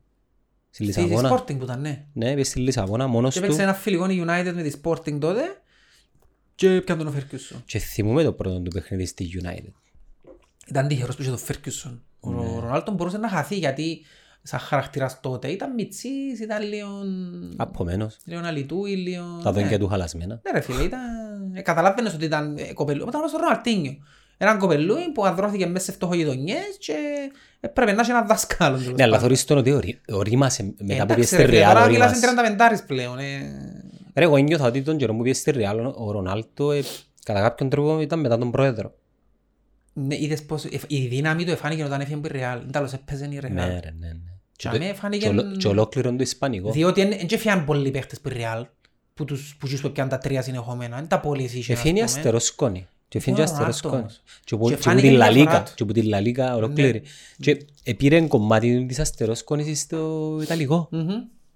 B: Στη
A: Στη στη
B: Λισαβόνα.
A: Sporting που ήταν, ναι.
B: Ναι, πήγε στη Λισαβόνα μόνος
A: Και
B: του.
A: παίξε ένα φιλικό η United με τη Sporting τότε και έπιαν τον ο Ferguson.
B: Και θυμούμε το πρώτο του παιχνίδι στη United.
A: ήταν τυχερός που είχε το Φέρκιουσον. Ο
B: Ναι.
A: Ρονάλτο μπορούσε να χαθεί γιατί σαν χαρακτήρας τότε ήταν μητσής, ήταν λίγο,
B: Απομένος.
A: λίγο αλητού ή λίγο...
B: Τα
A: ναι.
B: δόντια του χαλασμένα.
A: Ναι ρε φίλε, ήταν... ε, καταλάβαινες ότι ήταν ε, κοπελού. Όταν ήταν στο Ροναλτίνιο. Έναν κοπελούι που ανδρώθηκε μέσα σε φτωχογειτονιές και έπρεπε να έχει έναν δάσκαλος. τέλος
B: Ναι, αλλά
A: πάντων.
B: θωρείς τον ότι ορί- ορίμασε μετά που
A: Εντάξει,
B: πήγε στη
A: ρε φίλε,
B: Real.
A: Τώρα μιλάς
B: ορίμασε.
A: σε 30 πεντάρις πλέον. ε.
B: Ρε, εγώ ένιωθα ότι τον καιρό που πήγες στη Real ο Ρονάλτο ε, κατά κάποιον τρόπο ήταν μετά τον πρόεδρο.
A: Ναι, είδες πως ε, η δύναμη του εφάνηκε όταν έφυγε από τη Ρεάλ. Εντάλλως έπαιζε η Ρεάλ.
B: Ναι, ρε, ναι, ναι.
A: Ε, Και
B: Και το-
A: αμέ
B: και
A: εφάνηκε-
B: ολο- Και ολόκληρον το Ισπανικό.
A: Διότι δεν έφυγαν πολλοί παίχτες που Real, που τους που τους που πιάνουν τα τρία συνεχόμενα, είναι τα πολλοί εσύ
B: Και φύγει αστερό σκόνη. Και φύγει
A: Μόνο
B: αστερό
A: Ρονάλτο
B: σκόνη.
A: όμως.
B: Και που-
A: Και
B: και που
A: φάνηκε
B: την
A: μια Ναι.
B: Λα
A: διαφορά
B: Λίγα.
A: του.
B: Και που την Λα Λίγα ολόκληρη. Και επήρε κομμάτι της αστερό σκόνης στο Ιταλικό.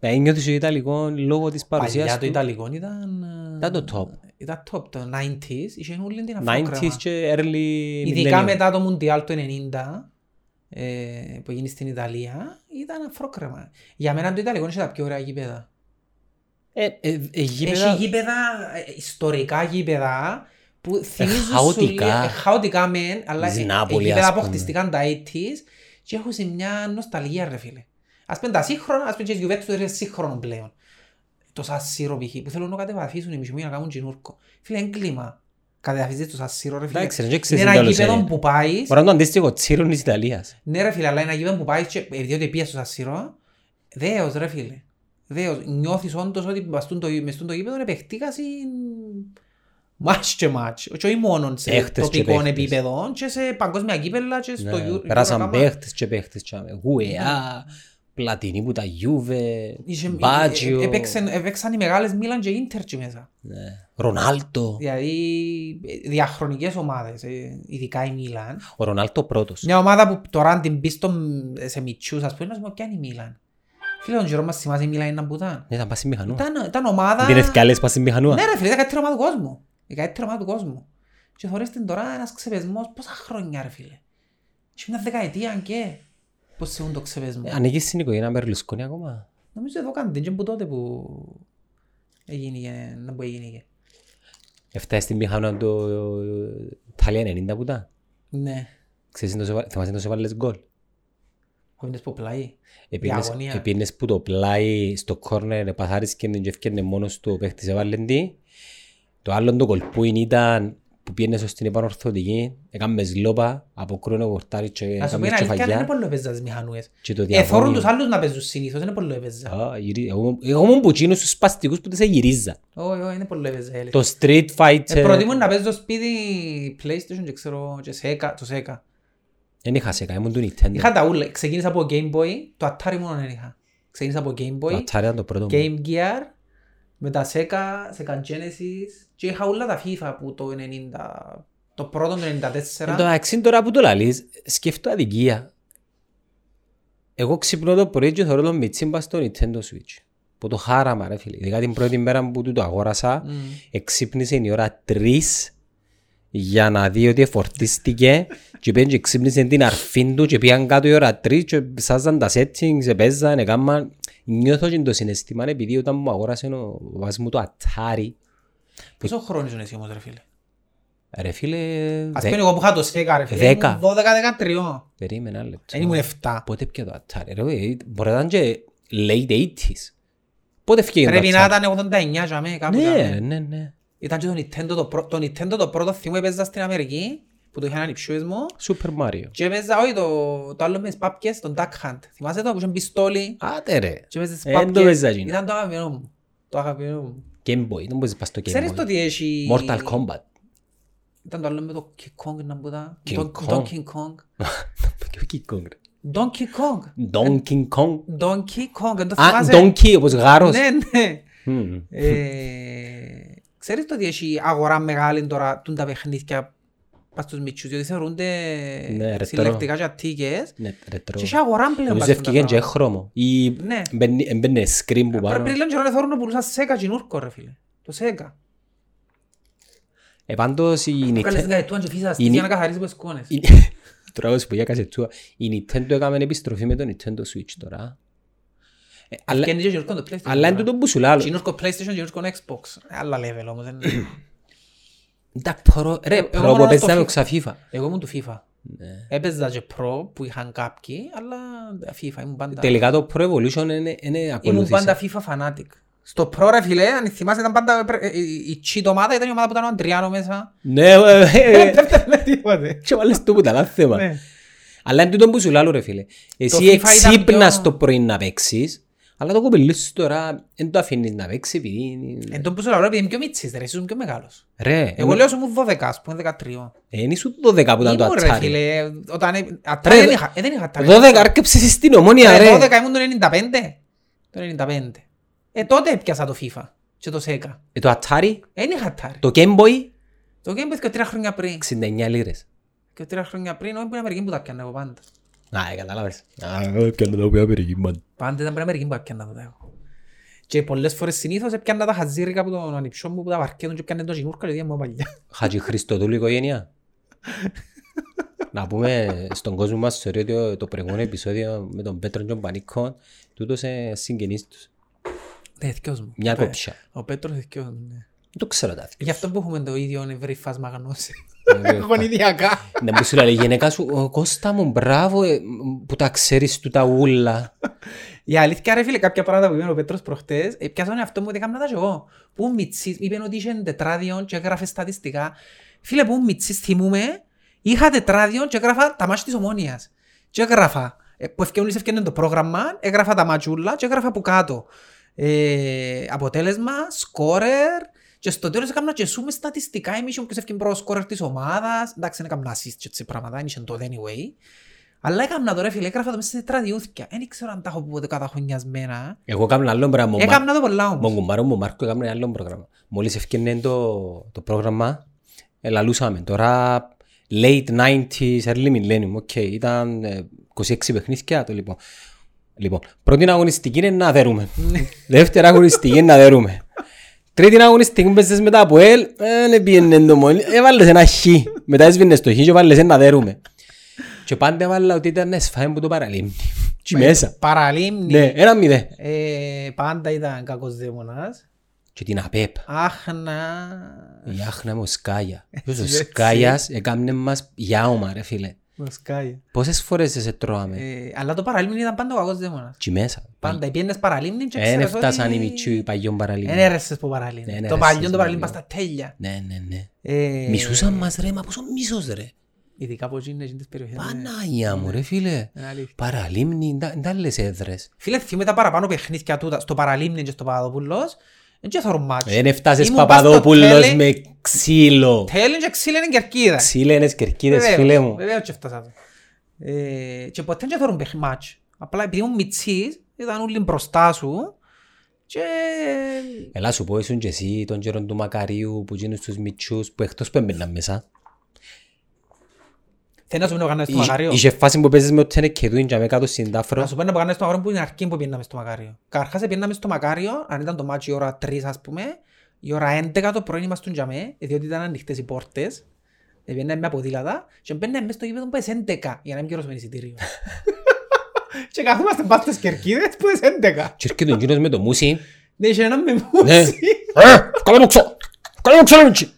B: Ε, Ένιωθες ότι Ιταλικό λόγω της παρουσίας
A: Παλιά το
B: του.
A: Ιταλικό ήταν... ε,
B: Ήταν το top.
A: Ήταν top, το 90s, είχε όλη την
B: 90s
A: αφρόκρεμα.
B: και early
A: Ειδικά
B: millennium.
A: μετά το Μουντιάλ του 90, ε, που έγινε στην Ιταλία, ήταν αφρόκρεμα. Για μένα το Ιταλικό είναι τα πιο ωραία γήπεδα.
B: Ε, ε, ε, γήπεδα-
A: Έχει γήπεδα, ε, ιστορικά γήπεδα, που θυμίζουν σου
B: Ε, χαοτικά.
A: λίγο- ε, χαοτικά μεν, αλλά
B: Της
A: ε, ε,
B: Νάπολη,
A: γήπεδα
B: ας
A: που
B: πούμε.
A: χτιστήκαν τα 80s και έχουν σε μια νοσταλγία ρε φίλε. Ας πούμε τα σύγχρονα, ας πούμε και οι Juventus είναι σύγχρονο πλέον. Το σαν σύρο π.χ. που θέλουν να κατεβαθίσουν οι μισοί να κάνουν κοινούρκο. Φίλε, είναι κλίμα. Κατεβαθίζεις το σαν σύρο ρε φίλε.
B: Εντάξει, δεν ξέρεις
A: Είναι
B: τι
A: ένα
B: τέλος
A: γήπεδο
B: είναι.
A: που πάεις
B: Μπορεί να είναι το αντίστοιχο τσίρον της Ιταλίας.
A: ναι ρε φίλε, αλλά είναι ένα γήπεδο που πάεις και ε, διότι πήγες στο Σασίρο, δέος ρε φίλε. Δέος. Νιώθεις όντως ότι μες τούν το, μες τούν το γήπεδο επεχτήκασαι μάτς και μάτς. Όχι όχι μόνο σε
B: Παίχτες και
A: τοπικών
B: παίχτες.
A: επίπεδων και σε παγκόσμια κύπελα και στο
B: Ναι,
A: Euro-
B: Περάσαν
A: Eurocup.
B: παίχτες και παίχτες. τσάμε. Γουεά, Πλατινί που τα Γιούβε,
A: Είχε-
B: Μπάτζιο,
A: ε, ε, έπαιξαν- Έπαιξαν οι μεγάλες Μίλαν και Ίντερ και μέσα.
B: Ρονάλτο.
A: Δηλαδή ε, διαχρονικές ομάδες, ε, ειδικά η Μίλαν.
B: Ο Ρονάλτο πρώτος.
A: Μια ομάδα που τώρα αν την πεις στον- σε μητσούς ας πούμε, να σου πω, ποια είναι η Μίλαν. Φίλε, τον καιρό μας θυμάσαι η Μίλαν ήταν που ήταν.
B: Ναι, ήταν πάση μηχανούα.
A: Ήταν, ήταν ομάδα...
B: Την ευκάλες πάση μηχανούα.
A: Ναι ρε φίλε, ήταν καλύτερη ομάδα του κόσμου. Η καλύτερη ομάδα του κόσμου. Και θωρείς την τώρα ένας ξεπεσμός πόσα χρόνια ρε φίλε. Και μια δεκαετία αν και πώς σε το ξεπεσμό.
B: Ε, Ανήκεις στην οικογένεια Μπερλουσκόνη ακόμα.
A: Νομίζω εδώ κάνουν την και που τότε που έγινε, να που έγινε.
B: Έφτασε Ε, στην μηχανούα το Ιταλία 90 που ήταν.
A: Ναι.
B: Ξέρεις, είναι το σεβα- θυμάσαι το σεβάλες γκολ.
A: Κόβινες που πλαεί.
B: Ε, Επήρνες-
A: Διαγωνία.
B: Επήρνες που το πλάι στο κόρνερ, παθάρισκε την και έφτιανε μόνος του ο παίχτης έβαλε την. Το άλλο το κολπούιν ήταν που πήγαινε σωστή την επανορθωτική, έκαμε σλόπα, αποκρούαινε ο κορτάρι και
A: Να σου πω
B: έκαμε
A: είναι αλήθεια, δεν είναι
B: τσοφαγιά
A: πολύ επέζα τις μηχανούες.
B: και το
A: Εθώρουν
B: διαγώνιο.
A: Ε, τους άλλους να παίζουν συνήθως, είναι πολύ επέζα.
B: Α, γυρί- εγώ- Εγώ ήμουν που εκείνους τους σπαστικούς που τις εγυρίζα.
A: Όχι, όχι, είναι πολύ επέζα.
B: Το Street
A: Ε,
B: Fighter.
A: προτιμούν να παίζω στο σπίτι PlayStation και ξέρω και Sega, το Sega.
B: Δεν είχα σέκα, ήμουν του Nintendo.
A: Είχα τα ούλα. Ξεκίνησα από Game Boy. Το Atari μόνο δεν είχα. Ξεκίνησα από Game
B: Το
A: Boy,
B: Atari ήταν το πρώτο μου.
A: Game Gear, μετά Sega, Sega Genesis και είχα όλα τα FIFA που το 90, το πρώτο το 94.
B: Εν τω μεταξύ τώρα που το λαλείς, σκεφτώ αδικία. Εγώ ξυπνώ το πρωί και θωρώ τον Μιτσίμπα στο Nintendo Switch. Που το χάραμα ρε φίλε. Ειδικά την πρώτη μέρα που του το αγόρασα,
A: Μμ.
B: εξύπνησε η ώρα 3 για να δει ότι εφορτίστηκε και πήγαινε και ξύπνησε την αρφή του και πήγαν κάτω η ώρα 3 και ψάζαν τα settings, επέζαν, έκαναν. Νιώθω και το συναισθήμα επειδή όταν μου αγόρασε ο βάς μου το Atari,
A: Πόσο χρόνος ήσουν εσύ όμως ρε φίλε.
B: ρε φίλε,
A: Ας
B: δε-
A: πούμε εγώ που είχα το 10 ρε φίλε.
B: Δέκα.
A: ήμουν 12-13.
B: περίμενα ένα λεπτό.
A: Δεν ήμουν 7.
B: Πότε πια το Atari, ρε, ε, μπορεί να ήταν και late 80s. Πότε βγήκε το
A: Πρέπει να
B: Atari.
A: ήταν 89 για μέ, κάπου για
B: Ναι,
A: μέ.
B: ναι, ναι.
A: Ήταν και το Nintendo το πρώτο. Το Nintendo το πρώτο θυμώ έπαιζα στην Αμερική που το είχαν ανυψούες μου.
B: Super Mario.
A: Και έπαιζα όχι το, το άλλο με τις πάπκες, τον Duck Hunt. Θυμάσαι το που είχε πιστόλι
B: Άτε ρε.
A: και μέσα στις
B: Ε, δεν το
A: πάπκες.
B: παίζα εκείνο.
A: Ήταν το αγαπημένο μου. Το αγαπημένο μου.
B: Game Boy, δεν μπορείς να πας στο Game
A: Ξέρεις το
B: Boy.
A: τι έχει...
B: Mortal Kombat. <laughs>
A: Ήταν το άλλο με το King Kong να μπούτα.
B: King
A: Don-
B: Kong.
A: Donkey Kong.
B: Donkey Kong. ρε.
A: Donkey Kong.
B: Donkey Kong.
A: Donkey Kong. Δεν το
B: Α,
A: θυμάσαι.
B: Donkey, pues, Mm. όπως γάρος.
A: Ναι, ναι.
B: Μμμ.
A: Ε, Ξέρεις το ότι έχει αγορά μεγάλη τώρα τούν τα παιχνίδια πας στους μητσούς, διότι
B: Ναι,
A: θεωρούνται
B: ρετρό.
A: συλλεκτικά και αττίκες
B: Ναι, ρετρό.
A: και έχει αγορά πλέον
B: Νομίζω
A: πας στον τα
B: ευκήγεν και
A: πράγματα.
B: χρώμο. Ή
A: Ναι.
B: μπαίνει- μπαίνει screen που
A: Πρέπει
B: πάνω.
A: λίγο καιρό να θεωρούν να πουλούσαν Σέγκα γινούρκο ρε φίλε. Το Σέγκα.
B: Ε, πάντως η
A: Κάλεσαι
B: Eh, Nintendo...
A: δεκαετούαν ε, και φύσας
B: Είναι-
A: για να καθαρίζεις τις
B: <laughs>
A: σκόνες.
B: η- Τώρα όπως που για κασετσούα. Η Nintendo έκαμε επιστροφή με το Nintendo Switch τώρα. Ε, αλλά-
A: Και είναι και γινούρκο το PlayStation.
B: Αλλά είναι
A: τώρα.
B: τούτο που σου λάλλω.
A: Γινούρκο PlayStation, γινούρκο Xbox. Άλλα level όμως. δεν είναι.
B: Τα προ... Ρε,
A: Ε, εγώ
B: προ που
A: μόνο στο
B: παίζαμε
A: FIFA.
B: ξα FIFA.
A: <coughs> Εγώ ήμουν του FIFA. Ναι. Έπαιζα και Pro που είχαν κάποιοι, αλλά FIFA ήμουν πάντα.
B: Τελικά το Pro Evolution είναι- είναι
A: Ήμουν
B: ακολούθησε.
A: πάντα FIFA fanatic. Στο προ ρε φίλε, αν θυμάσαι ήταν πάντα ε, ε, η cheat ομάδα, ήταν η ομάδα που ήταν ο Αντριάνο μέσα.
B: Ναι, ε, ε, ε,
A: Δεν φταίμε τίποτε.
B: και βάλες το που τα λάθη θέμα.
A: Ναι.
B: Αλλά είναι τούτο που σου λάλλω ρε φίλε. Εσύ
A: FIFA ήταν
B: εξύπνας
A: πιο-
B: το πρωί να παίξεις, αλλά το κοπελί σου τώρα δεν το αφήνεις να παίξει επειδή... είναι-
A: Εν τω που σου λέω, ρε, επειδή είμαι πιο μίτσις ρε, εσύ είσαι πιο μεγάλος.
B: Ρε, ε,
A: Εγώ λέω σου ήμουν 12, ας πούμε 13.
B: δεν ήσουν 12 που ήταν το
A: Ήμουν ρε
B: ατσάρι.
A: φίλε, όταν... ε, Atari
B: Ρε,
A: δεν είχα- ε, δεν είχα Atari.
B: 12 άρκεψες στην ομόνια
A: Ρε,
B: ρε.
A: 12 Ε, ήμουν το 95. Το 95. Ε, τότε έπιασα το FIFA και το SEGA.
B: Ε, Το ατσάρι,
A: Δεν είχα Atari.
B: το Game Boy,
A: Το game παίθηκε τρία χρόνια πριν.
B: 69 λίρες.
A: Και τρία χρόνια πριν, όχι που είναι Αμερική που τα πιάνω εγώ πάντα.
B: Α, ε, καταλάβες. Α, έπιανα τα οποία περιγύμαν.
A: Πάντα ήταν πριν Αμερική που έπιανα τα εγώ. Και πολλές φορές συνήθως έπιανα τα χαζίρικα από τον ανιψιό μου που τα βαρκέτουν και έπιανε το γινούρκα και διάμω παλιά.
B: Χατζη Χριστοδούλου οικογένεια. Να πούμε στον κόσμο μας σωρί ότι ο- το προηγούμενο επεισόδιο με τον Πέτρο και τον Πανίκο, τούτος ε, συγγενείς τους.
A: Ναι, δικιός μου.
B: Μια
A: Ο Πέ-
B: κόψια.
A: Ο Πέτρος δικιός μου, ναι.
B: Δεν το ξέρω τα
A: Γι' αυτό που έχουμε το ίδιο ευρύ φάσμα γνώση. Ε, <laughs> Ναι.
B: δύο.
A: Γονιδιακά.
B: Να μου σου λέει η γυναίκα σου, «Ω, Κώστα μου, μπράβο ε, μ, που τα ξέρεις του τα ούλα.
A: Η αλήθεια ρε φίλε, κάποια πράγματα που είπε ο Πέτρος προχτές, ε, πιάσα τον εαυτό μου ότι έκανα τα και εγώ. Που ήμουν μητσής, είπε ότι είχε τετράδιον και έγραφε στατιστικά. Φίλε, που ήμουν μητσής, θυμούμαι, είχα τετράδιον και έγραφα τα μάτια της ομόνιας. Και έγραφα, ε, που ευκαινούλης ευκαινούν το πρόγραμμα, έγραφα τα ματσούλα και έγραφα από κάτω. Ε, αποτέλεσμα, σκόρερ, και στο τέλος έκανα και σούμε στατιστικά εμείς ήμουν ποιος ευκαινούν σκόρερ της ομάδας. Εντάξει, δεν έκανα assist και τέτοια πράγματα, είναι το anyway. Αλλά έκαμνα το ρε φίλε, έγραφα το μέσα σε τετραδιούθκια. Δεν ξέρω αν τα έχω ποτέ καταχωνιασμένα.
B: Εγώ έκανα άλλο πράγμα. ο Μα-
A: Έκαμνα το πολλά
B: Mon
A: όμως.
B: κουμπάρο μου, ο Μάρκο, έκαμε ένα άλλο πρόγραμμα. Μόλις ευκαινε το, το πρόγραμμα, ελαλούσαμε. Τώρα, late 90s, early millennium, οκ, ήταν ε, 26 παιχνίδια, το λοιπόν. Λοιπόν, πρώτη αγωνιστική είναι να δερούμε. Δεύτερη αγωνιστική είναι να δερούμε. Τρίτη αγωνιστική παίζες μετά από ελ, δεν πήγαινε το μόλι, έβαλες ένα χ. Μετά έσβηνες το χ και βάλες ένα δερούμε. Και πάντα έβαλα ότι ήταν εσφάιν που το παραλίμνη. Τι μέσα.
A: Παραλίμνη.
B: Ναι, ένα μηδέ.
A: Ε, Πάντα ήταν κακός δαίμονας.
B: Και την ΑΠΕΠ.
A: Άχνα.
B: Η άχνα μου σκάγια. Ποιος ο σκάγιας έκαμνε μας γιάωμα ρε φίλε.
A: Μασκάει.
B: Πόσες φορές σε τρώαμε.
A: Ε, Αλλά το παραλίμνη ήταν πάντα ο κακός δαίμονας.
B: Τι μέσα.
A: Πάντα επίενες παραλίμνη και
B: Εν
A: ξέρεις
B: έφτασαν οι
A: ότι- Ε,
B: μητσοί παγιών παραλίμων.
A: Εν έρεσες που
B: Εν
A: παραλίμνη. Το
B: έρεσες
A: παλιό το παραλίμνη
B: παραλίμνη.
A: πας στα τέλεια.
B: Ναι, ναι, ναι.
A: Ε,
B: Μισούσαν μας ρε, μα πόσο μίσος ρε.
A: Ειδικά από εκείνες εκείνες τις περιοχές. ναι.
B: Πανάγια μου ρε φίλε.
A: Είναι αλήθεια.
B: Παραλίμνη, εν τα άλλες έδρες.
A: Φίλε, θυμούμε τα παραπάνω παιχνίδια τούτα στο παραλίμνη και στο Παπαδόπουλος. Δεν και θωρούν μάτσο.
B: Δεν έφτασες
A: Ήμουν πας στο
B: Παπαδόπουλος
A: τέλη.
B: με ξύλο.
A: Θέλουν και ξύλινη κερκίδα.
B: Ξύλενες κερκίδες
A: Βεβαίως,
B: φίλε μου.
A: Βεβαίως και φτάσα εδώ. Ε, Και ποτέ δεν θεωρούν παιχνί μάτς. Απλά επειδή ήμουν μητσής, ήταν όλοι μπροστά σου και...
B: Ελά σου πω, ήσουν και εσύ τον καιρό του Μακαρίου που γίνουν στους μητσούς που εκτός που έμπαιναν μέσα.
A: Θέλω να σου πει να κάνεις στο
B: Είχε-
A: μαγαρίο.
B: Είχε φάση που παίζεις με ο Τενεκεδούν και με κάτω στην
A: Να
B: τάφρο.
A: σου πει να κάνεις στο μαγαρίο που είναι αρκή που πήγαμε στο μαγαρίο. Καταρχάς πήγαμε στο μαγαρίο, αν ήταν το μάτς η ώρα 3 ας πούμε, η ώρα 11 το πρωί ήμασταν για μέ, διότι ήταν ανοιχτές οι πόρτες. Επέναμε με ποδήλατα και μπαίναμε μέσα στο γήπεδο που είναι 11 για να μην κυρώσουμε
B: <laughs>
A: εισιτήριο. και καθόμαστε πάνω στις κερκίδες που είναι 11.
B: Και έρχεται ο κύριος με το μουσι.
A: Ναι, είχε ένα με
B: Ναι.
A: μουσί.
B: Ε, καλά μου ξώ. Καλά μου ξώ, ρε, μιτσί.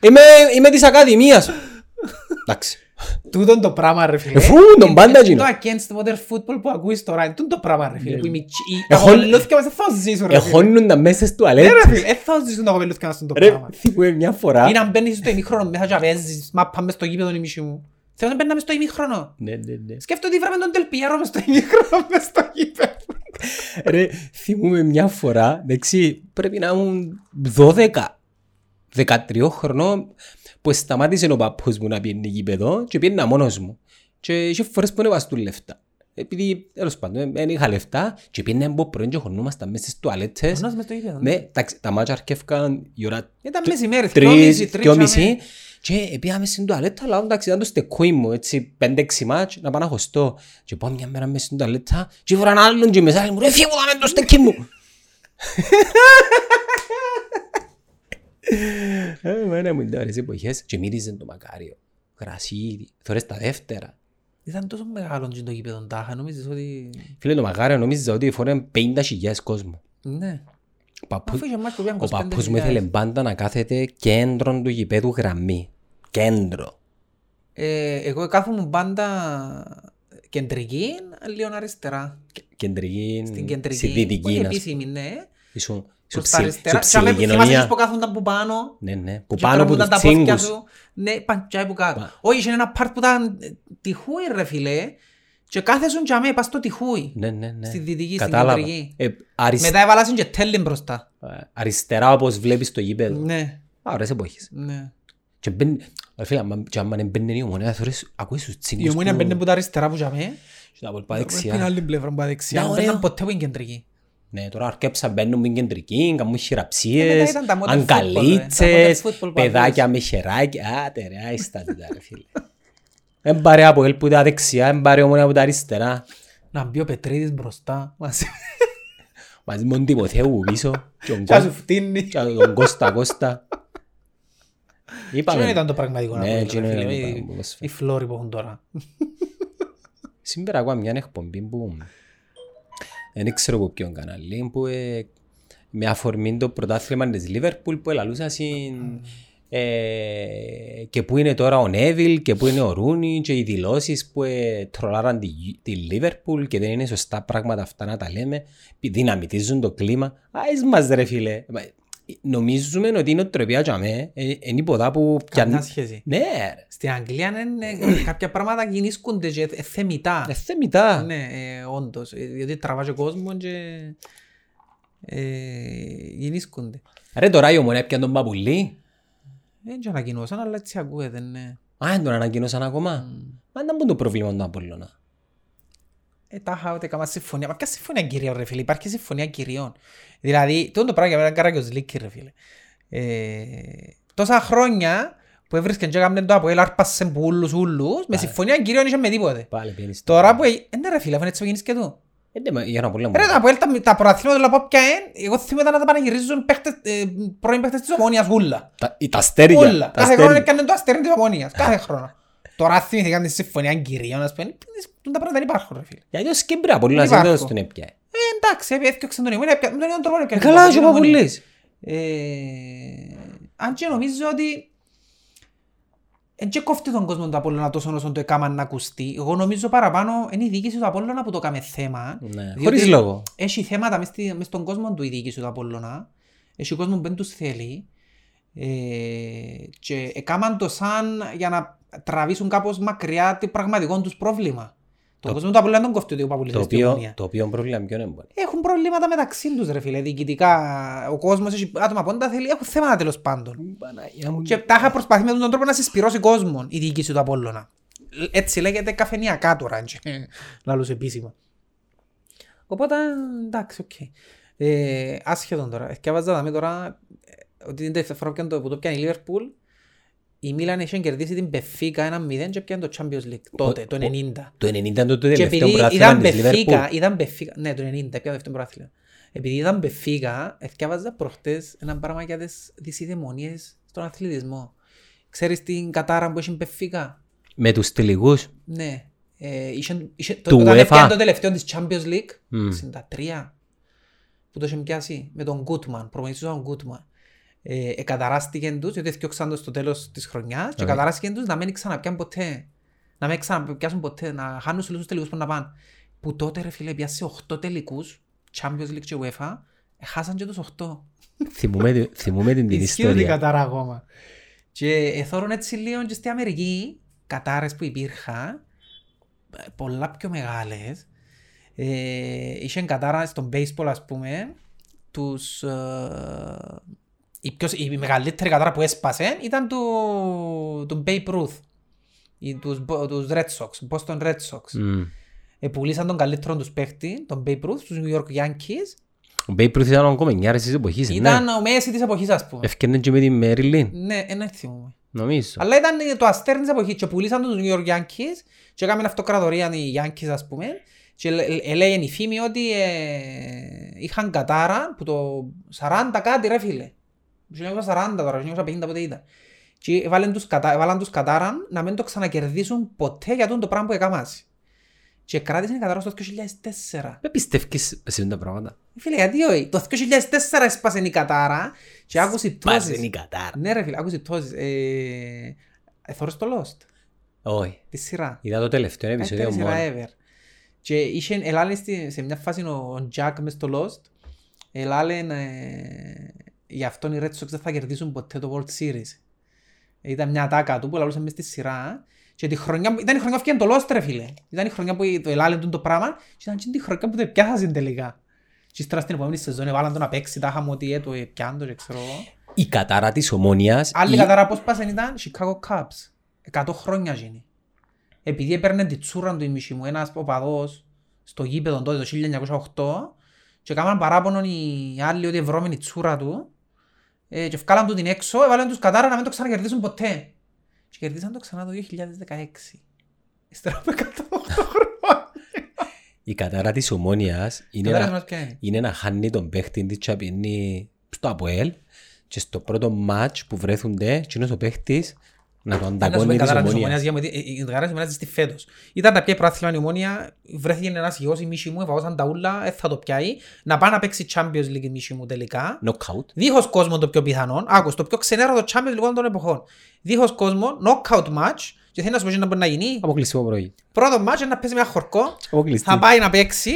B: Είμαι, είμαι της Ακαδημίας. Εντάξει.
A: Τούτον το πράγμα ρε φίλε.
B: Εφού, τον πάντα
A: Είναι
B: γίνω.
A: το against modern football που ακούεις τώρα. Είναι τούτο το πράγμα ρε φίλε.
B: Ναι.
A: Που οι μητσί- τα
B: Έχω-
A: κοπελούθηκια μας δεν θα ζήσουν
B: ε,
A: ρε φίλε.
B: Εχώνουν τα μέσα στο
A: Ναι, ρε
B: τουαλέτ.
A: φίλε, δεν θα ζήσουν τα κοπελούθηκια μας τούτο
B: Ρε,
A: πράγμα.
B: θυμούμαι μια φορά.
A: Ή να μπαίνεις στο ημίχρονο μέσα και να παίζεις μάπα μες στο γήπεδο η μισή μου. Θέλω να μπαίναμε στο ημίχρονο.
B: Ναι, ναι, ναι.
A: Σκέφτομαι ότι βράμε τον Τελπιέρο μες στο ημίχρονο μες στο γήπεδο.
B: <laughs> Ρε, θυμούμαι μια φορά, εντάξει, πρέπει να ήμουν 12, 13 χρονών, που σταμάτησε ο παππούς μου να πιένει γήπεδο και πιένα μόνος μου. Και είχε φορές που έβαζα του λεφτά. Επειδή, τέλος πάντων, δεν είχα λεφτά και πιένα από πρωί και χωνούμασταν μέσα στις τουαλέτες.
A: Μόνος μες στο γήπεδο.
B: Ναι, τα, τα μάτια αρκεύκαν η ώρα
A: Ήταν μεσημέρι,
B: Ναι, τρεις,
A: δυόμιση,
B: δυόμιση και πήγαμε στην τουαλέτα, αλλά εντάξει ήταν το στεκόι μου, έτσι, πέντε-έξι μάτς, να πάω να χωστώ. Και πάω μια μέρα μέσα στην τουαλέτα και βρω έναν άλλον και μεσάλλη μου, ρε φύγω δάμε το στεκί μου. Ε, Μάνα μου, ήταν ωραίες εποχές και μύριζε το μακάριο, γρασίδι, θωρές τα δεύτερα.
A: Ήταν τόσο μεγάλο τζιν το γήπεδο τάχα, νομίζεις ότι...
B: Φίλε, το μακάριο νόμιζα ότι φορέαν 50.000 κόσμο.
A: Ναι.
B: Ο παππού-
A: Αφού είχε μάτς που πήγαν
B: Ο
A: 25.000.
B: παππούς μου ήθελε πάντα να κάθεται κέντρο του γηπέδου γραμμή. Κέντρο.
A: Ε, εγώ κάθομαι πάντα κεντρική, λίγο αριστερά.
B: Κεντρική,
A: Στην κεντρική.
B: στη δυτική.
A: όχι
B: να σου-
A: επίσημη, ναι.
B: Σου, σου,
A: Προς τα
B: ψηλ, σου
A: αριστερά. Τσάμε, θυμάσαι τους
B: ψηλοκοινωνία.
A: που κάθονταν που πάνω.
B: Ναι, ναι. Που
A: και
B: πάνω από
A: περνούνταν
B: τους
A: τα πόθηκια
B: τσίγκους.
A: του. Ναι, παν τσάι που κάτω.
B: Πα-
A: Όχι, είχε ένα part που ήταν ε, τυχούι ρε φιλέ. Και κάθεσουν τσάμε, πας στο τυχούι.
B: Ναι, ναι, ναι.
A: Στη δυτική, στην
B: Κατάλαβα.
A: κεντρική.
B: Ε, αρισ-
A: Μετά έβαλασαν και τέλει μπροστά.
B: ε, αριστερά όπως βλέπεις το γήπεδο.
A: Ναι,
B: Α, ωραίες εποχές.
A: ναι.
B: Και μπαίνει... ε, Φίλε, άμα- και άμα δεν μπαίνει η ομονία, θωρείς, ακούεις τους τσίγκους.
A: Η ομόνια Ε,
B: που-
A: μπαίνει από τα αριστερά που τσάμε.
B: και τα απολπά δεξιά.
A: Την άλλη πλευρά που δεξιά.
B: Ναι,
A: Δεν
B: ωραίο.
A: ήταν ποτέ που είναι κεντρική.
B: Ναι, τώρα αρκέψα μπαίνουν με κεντρική, κάνουν
A: Ε, μετά
B: χειραψίες,
A: ήταν τα modern
B: αγκαλίτσες,
A: football, ρε. Τα modern football που
B: παιδάκια με χεράκια. Άτε ρε, άιστα <laughs> τούτα ρε φίλε. Εν πάρε από ελ που τα δεξιά, εν πάρε ομονία από τα αριστερά.
A: Να μπει ο Πετρίδης μπροστά. Μαζί.
B: Μαζί με τον Τιμοθέου πίσω και τον
A: Και να σου
B: Κώστα-
A: φτύνει.
B: και τον Κώστα Κώστα.
A: Δεν
B: Είπαμε.
A: ήταν το πραγματικό να
B: Ναι,
A: πούμε,
B: εκείνο
A: ρε
B: ήταν
A: φίλε,
B: το
A: οι-
B: πράγμα, όπως
A: Οι φλόροι που έχουν τώρα.
B: Σήμερα ακούω μια εκπομπή που δεν ξέρω από ποιον κανάλι που ε, με αφορμή το πρωτάθλημα της Λίβερπουλ που ελαλούσα συν, ε, και που είναι τώρα ο Νέβιλ και που είναι ο Ρούνι και οι δηλώσεις που ε, τρολάραν τη, τη Λίβερπουλ και δεν είναι σωστά πράγματα αυτά να τα λέμε πι- δυναμητίζουν το κλίμα Άις μας ρε φίλε Μα, ε, νομίζουμε ότι είναι τροπιά για μέ ε, είναι υποδά που
A: Καμιά
B: πιαν...
A: σχέση.
B: ναι ρε
A: Στην Αγγλία είναι κάποια πράγματα γινίσκονται και ε- θεμητά.
B: ε, θεμητά
A: Ναι, ε, όντως. Ε, Διότι τραβάζει ο κόσμος και ε, γινίσκονται.
B: ρε τώρα η ομονία πιαν τον παπουλί
A: Δεν το ανακοινώσαν, αλλά έτσι ακούγεται, ναι.
B: Α, δεν τον ανακοίνωσαν ακόμα. Μα ήταν που το πρόβλημα του Απόλλωνα.
A: Ε, τάχα ούτε καμία συμφωνία. Μα ποια συμφωνία κυρίων ρε φίλε, υπάρχει συμφωνία κυρίων. Δηλαδή, τούτο το πράγμα για μένα είναι καράγιος λύκη ρε φίλε. Ε, τόσα χρόνια που έβρισκαν και έκαναν το Αποέλ άρπασε που ούλους ούλους, με
B: Άρα.
A: συμφωνία κυρίων είχε με τίποτε.
B: Πάλι πιένεις.
A: Τώρα που... Ε, ναι ρε φίλε, αφού είναι έτσι που γίνεις και του.
B: Ε, ναι, μα, για να πολύ
A: Ρε τα Αποέλ, τα, τα προαθλήματα όλα πια είναι, εγώ θυμούμαι ήταν να τα πανηγυρίζουν παίχτες, ε, πρώην παίχτες της Ομόνιας ούλα.
B: Τα, ή τα αστέρια.
A: Ούλα.
B: τα
A: Κάθε χρόνο
B: αστέρια.
A: έκαναν το αστέρι της Ομόνιας, κάθε χρόνο. Τώρα θυμήθηκαν τη συμφωνία κυρίων, ας πούμε, τα πράγματα δεν υπάρχουν ρε φίλε.
B: Γιατί ο Σκέμπρε Απόλλωνας
A: Δεν
B: δεν
A: υπάρχω.
B: τον έπιαε.
A: Ε, εντάξει, έφτιαξε τον Ιωμένα, με τον ίδιο τρόπο
B: Ε,
A: έπιαξε.
B: Καλά,
A: τον
B: και ο
A: Ιωμένα.
B: Παπουλής.
A: Ε, Αν και νομίζω ότι εν και κόφτει τον κόσμο του Απόλλωνα τόσο όσο το έκαναν να ακουστεί. Εγώ νομίζω παραπάνω είναι η διοίκηση του Απόλλωνα που το κάμε θέμα.
B: Ναι,
A: διότι
B: χωρίς λόγο.
A: Έχει θέματα μες, στη- μες στον κόσμο του η διοίκηση του Απόλλωνα. Έχει κόσμος που δεν τους θέλει. Ε, και έκαναν το σαν για να τραβήσουν κάπως μακριά το πραγματικό τους πρόβλημα. Τον
B: Το-
A: κόσμο του Απόλλωνα δεν κόφτει ότι ο Παπουλής
B: Το
A: είναι στη
B: οποίο,
A: Ομόνοια
B: το οποίο πρόβλημα ποιον είναι.
A: έχουν προβλήματα μεταξύ τους ρε φίλε, διοικητικά. Ο κόσμος έχει άτομα που δεν τα θέλει, έχουν θέματα τέλος πάντων. Και τα είχα προσπαθεί με τον τρόπο να συσπυρώσει κόσμο η διοίκηση του Απόλλωνα. Έτσι λέγεται καφενιακά τώρα, και λαλούς επίσημα. Οπότε, εντάξει, οκ. Ε, άσχετον τώρα. Διάβαζα δάμε τώρα ε, ότι την τελευταία φορά που πιάνε το- που το πιάνει η Λίβερπουλ, η Μίλαν είχε κερδίσει την Μπεφίκα 1-0 και πιάνε το Champions League τότε, το
B: ο-
A: 90.
B: Το 90 ήταν το
A: Και
B: τελευταίο
A: επειδή
B: πρωτάθλημα
A: ήταν
B: της Λιβερπούλ.
A: Μπεφίκα, ήταν Μπεφίκα, ναι το 90, πια το δεύτερο πρωτάθλημα. Επειδή ήταν Μπεφίκα, εθιάβαζα προχτές ένα πράγμα για τις δυσιδαιμονίες στον αθλητισμό. Ξέρεις την κατάρα που έχει μπεφίκα.
B: Με τους τελικούς.
A: Ναι. Ε, είχε, είχε, το,
B: Του
A: όταν
B: UEFA.
A: έφτιανε το τελευταίο της Champions League,
B: Μμμ.
A: 63, που το είχε πιάσει με τον Γκούτμαν, προπονητής του τον Γκούτμαν. Ε, ε, καταράστηκε τους, γιατί έφτιαξαν το στο τέλος της χρονιάς και
B: Ναι.
A: καταράστηκε τους να μην ξαναπιάνουν ποτέ. Να μην ξαναπιάσουν ποτέ, να χάνουν στους τελικούς που να πάνε. Που τότε ρε φίλε πιάσε 8 τελικούς, Champions League και UEFA, ε, χάσαν και τους 8.
B: θυμούμε, τη- θυμούμε την, την
A: Ισχύουν την
B: ιστορία.
A: κατάρα ακόμα. Και εθώρουν έτσι λίγο και στην Αμερική, κατάρες που υπήρχαν, ε, πολλά πιο μεγάλες. Ε, είχε κατάρα στον baseball ας πούμε, τους, ε, η, πιο, η μεγαλύτερη κατάρα που έσπασε ήταν του, του Babe Ruth, ή τους, Bo- τους Red Sox, Boston Red Sox.
B: Μμ.
A: Ε, πουλήσαν τον καλύτερο τους παίχτη, τον Babe Ruth, στους New York Yankees.
B: Ο Babe Ruth ήταν ο κομμενιάρης της εποχής.
A: Ήταν
B: ναι. Ε,
A: ο Μέση της εποχής ας πούμε.
B: Ευκαινε και με την Μέριλιν,
A: Ναι, ένα θυμούμαι.
B: νομίζω.
A: Αλλά ήταν ε, το αστέρ της εποχής και πουλήσαν τους New York Yankees και έκαμε αυτοκρατορία οι Yankees ας πούμε και λέ- λέ- έλεγαν η φήμη ότι ε, είχαν κατάρα που το 40 κάτι ρε φίλε. 1940 τώρα, 1950 πότε ήταν. Και έβαλαν τους, κατα... έβαλαν τους κατάρα να μην το ξανακερδίσουν ποτέ για τον το πράγμα που έκαμας. Και κράτησαν η κατάρα στο 2004.
B: Με πιστεύεις σε αυτά τα πράγματα.
A: Ε, Φίλε, γιατί όχι. Το 2004 έσπασε η κατάρα και άκουσε οι πτώσεις.
B: Πάζεν η κατάρα.
A: Ναι ρε φίλε, άκουσε πτώσεις. Ε, εθώρες το Lost,
B: Όχι.
A: τη σειρά.
B: Είδα το τελευταίο
A: Είναι η
B: επεισόδιο
A: σειρά
B: μόνο.
A: ever. Και είχε, ελάλε στη- σε μια φάση ο, ο Jack μες στο Lost, ελάλε ε, γι' αυτόν οι Red Sox δεν θα κερδίσουν ποτέ το World Series. Ήταν μια ατάκα του που λαλούσαν μες στη σειρά και τη χρονιά, που- ήταν η χρονιά που φτιάχνει το Lost ρε φίλε. Ήταν η χρονιά που το ελάλε τον το πράγμα και ήταν και τη χρονιά που το πιάσαν τελικά. Και ύστερα στην επόμενη σεζόν έβαλαν τον να παίξει, τάχα μου ότι ε, το πιάντο και ξέρω εγώ.
B: Η κατάρα της ομόνιας.
A: Άλλη
B: η-
A: κατάρα πώς πάσαν ήταν Chicago Cubs. Εκατό χρόνια γίνει. Επειδή έπαιρνε τη τσούρα του η μισή μου ένας οπαδός στο γήπεδο τότε το 1908 και έκαναν παράπονο οι άλλοι ότι ευρώμενη η τσούρα του ε, και βγάλαν του την έξω, έβαλαν τους κατάρα να μην το ξανακερδίσουν ποτέ. Και κερδίσαν το ξανά το 2016. Ύστερα από 108 χρόνια.
B: Η κατάρα της ομόνιας είναι
A: Κατάλαβες
B: να,
A: μας ποια είναι.
B: είναι να χάνει τον παίχτη της και να πηγαίνει στο Αποέλ και στο πρώτο μάτς που βρέθουνται εκείνος ο παίχτης να τον
A: Να σου πω, η
B: ανταγώνει της
A: κατάρα της Ομόνοιας,
B: ομόνιας.
A: για μου, γιατί, ε, ε, η κατάρα της Ομόνοιας ζήστη φέτος. Ήταν να πιάει πρωτάθλημα η Ομόνια, βρέθηκε ένας γιος η μίση μου, εφαγώσαν τα ούλα, ε, θα το πιάει, να πάει να παίξει Champions League η μίση μου τελικά.
B: Νοκάουτ.
A: Δίχως κόσμο το πιο πιθανόν, άκουσε το πιο ξενέρο το Champions League όλων των εποχών. Δίχως κόσμο, knockout match, και θέλει να σου πω τι να μπορεί να γίνει.
B: Αποκλειστικό πρωί.
A: Πρώτο match είναι να παίζει με ένα χορκό,
B: Αποκλειστή.
A: θα πάει να παίξει.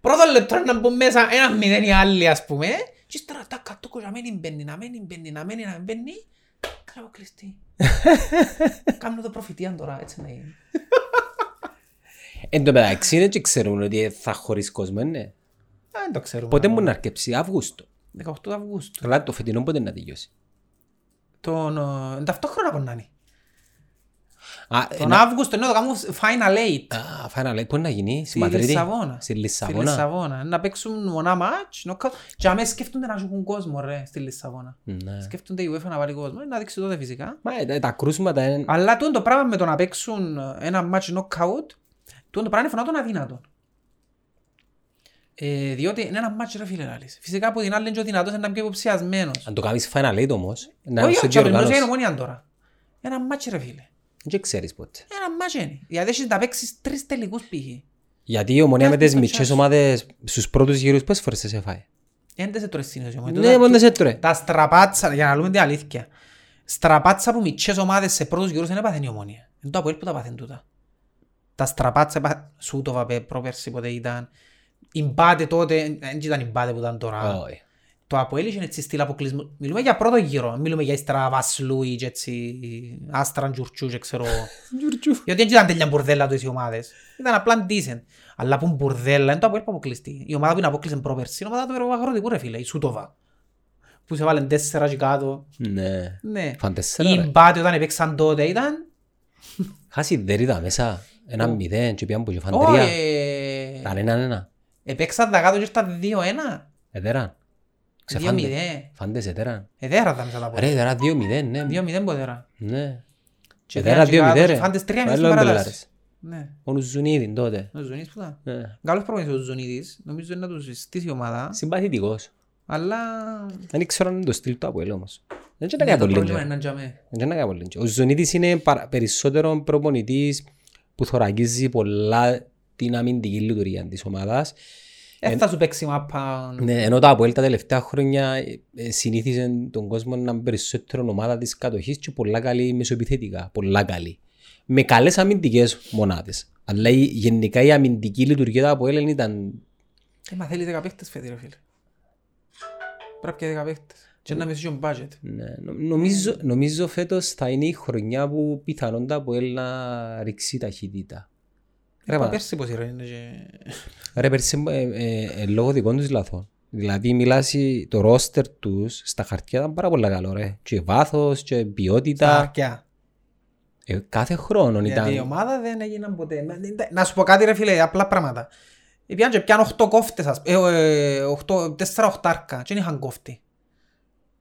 A: Πρώτο λεπτό είναι να μπουν μέσα ένα μηδέν οι άλλοι ας πούμε. Και ύστερα τα κατούκο να μην μπαίνει, να μην μπαίνει, να μην να μην μπαίνει. Καλά
B: <laughs>
A: αποκλειστή. Κάνω το προφητεία τώρα, έτσι να γίνει.
B: Εν τω μεταξύ δεν και ξέρουν ότι θα χωρίς κόσμο, ναι.
A: Α, δεν το ξέρουμε.
B: Πότε μου
A: ακόμα.
B: να αρκεψεί, Αύγουστο.
A: 18 Αυγούστου.
B: Αλλά το φετινό πότε να τελειώσει.
A: Τον, ε, είναι ταυτόχρονα μπορεί να είναι.
B: Α,
A: Τον
B: Ε, να-
A: Αύγουστο είναι το κάνουμε Final Eight.
B: Α, φάνα λέει, πού είναι να γίνει, στη
A: Στη
B: Μαδρίτη.
A: Λισαβόνα.
B: Στη
A: Στη
B: Λισαβόνα.
A: Λισαβόνα. Να παίξουν μονά μάτς. knockout. Και αμέσως σκέφτονται να ζουν κόσμο ρε στη Λισαβόνα.
B: Ναι.
A: Σκέφτονται η UEFA να βάλει κόσμο. Να δείξει τότε φυσικά.
B: Μα ε, τα- τα κρούσματα είναι...
A: Αλλά τούτο το πράγμα με το να παίξουν ένα match knockout, τούτο το πράγμα είναι φωνά των αδύνατων. Ε, διότι είναι ένα match ρε φίλε λάλης. Φυσικά από την άλλη είναι και ο δυνατός είναι να είναι πιο υποψιασμένος.
B: Αν το κάνεις Final Eight όμως, να
A: Όχι,
B: είσαι
A: όχι, όχι,
B: και
A: όχι,
B: Ναι, οργάνωση.
A: είναι ομόνια τώρα. Ένα match ρε φίλε.
B: Δεν ξέρεις πότε.
A: Ένα match είναι. Γιατί έχεις να παίξεις τρεις τελικούς π.χ.
B: Γιατί η ομονία με
A: Πιάστε
B: τις
A: το
B: μικρές
A: chance.
B: ομάδες στους πρώτους γύρους πες φορές σε έφαγε.
A: Έντε σε τώρα συνήθως. η ομόνια.
B: Ναι,
A: Τούτα-
B: μόνο σε τρώε.
A: Τα στραπάτσα, για να λέμε την αλήθεια. Στραπάτσα που μητσές ομάδες σε πρώτους γύρους δεν παθαίνει η ομόνια. Είναι το Αποέλ που τα παθαίνει τούτα. Τα στραπάτσα, έπα- Σούτοβα πε- πρόπερση ποτέ ήταν. Η Μπάτε τότε, δεν ήταν η Μπάτε που ήταν τώρα.
B: Όχι.
A: Το Αποέλ είχε έτσι στυλ αποκλεισμού. Μιλούμε για πρώτο γύρο, μην μιλούμε για ύστερα Βασλούι και έτσι Άστραν Τζουρτσού και ξέρω. εγώ. Γιατί δεν ήταν τέλεια μπουρδέλα τους οι ομάδες. Ήταν απλά decent. Αλλά που μπουρδέλα είναι το Αποέλ που αποκλειστεί. Η ομάδα που είναι αποκλειστή πρόπερση είναι η ομάδα του Αγροτικού ρε φίλε, η Σούτοβα. Που σε βάλουν τέσσερα και κάτω.
B: Ναι.
A: Ναι.
B: Φαν τέσσερα,
A: Η
B: ρε.
A: Μπάτε όταν έπαιξαν τότε ήταν...
B: Χάσει δερίδα μέσα. Ένα μηδέν και πιάνε που και φαν
A: Όχι,
B: τρία.
A: ε,
B: Ήταν έναν ένα.
A: Έπαιξαν τα κάτω και στα 2-1.
B: Εδέραν. Ξεφάντε.
A: 2-0.
B: Φαντές εδέραν.
A: Ε, δεν έραθα μέσα τα
B: Ρε
A: πόδια.
B: εδέρα δύο μηδέν, ναι.
A: 2-0 ποτέ έρα.
B: Ναι.
A: Και
B: Εδέρα
A: πήγαν
B: δύο
A: και
B: μηδέν,
A: κάτω,
B: ρε.
A: φάντες τρία μηδέν
B: Άλλο
A: στην
B: μπελάρες.
A: παράταση. Ναι.
B: Όλους Ζουνίδιν τότε.
A: Ο Ζωνής που ήταν.
B: Ναι.
A: Καλός προπονητής ο Ζωνίδης. Νομίζω είναι να τους συστήσει η ομάδα.
B: Συμπαθητικός.
A: Αλλά...
B: Δεν ήξερα αν είναι το στυλ του Αποέλ όμως. Δεν είναι
A: Ναι, το
B: κάτι πολύ.
A: πρόβλημα
B: τζο.
A: είναι τζαμέ.
B: Δεν είναι πολύ. τζο. Ο Ζωνίτης είναι παρα- περισσότερο προπονητής που θωρακίζει πολλά την αμυντική λειτουργία της ομάδας.
A: Δεν Ε, θα σου παίξει μάπα.
B: Ναι, ενώ τα Αποέλ τα τελευταία χρόνια ε, ε, συνήθιζε τον κόσμο να είναι περισσότερο ομάδα της κατοχής και πολλά καλή μεσοεπιθετικά, πολλά καλή. Με καλές αμυντικές μονάδες. Αλλά η, γενικά η αμυντική λειτουργία του Αποέλ δεν ήταν...
A: Ε, μα θέλεις 10 παίχτες φέτοι ρε φίλε. Πρέπει και 10 παίχτες. Και να μεσήσει ο budget.
B: Ναι, νο- νομίζω, νομίζω φέτος θα είναι η χρονιά που πιθανόν τα Αποέλ να ρίξει ταχύτητα. Ρε,
A: Ε, Μα
B: μα,
A: Πέρσι πως είναι και...
B: ρε πέρσι ε, ε, ε, λόγω δικών τους λαθών. Δηλαδή μιλάς ε, το ρόστερ τους στα χαρτιά ήταν πάρα πολύ καλό ρε. Και βάθος και
A: Τα
B: ποιότητα.
A: αρκιά.
B: Ε, κάθε χρόνο
A: Γιατί η
B: ήταν.
A: ομάδα δεν έγιναν ποτέ. Μα, δεν τα- Να σου πω κάτι ρε φίλε, απλά πράγματα. Επιάνε και πιάνε 8 κόφτες, ας πούμε, ε, ε, οκτώ- τέσσερα οχτάρκα και δεν είχαν κόφτη.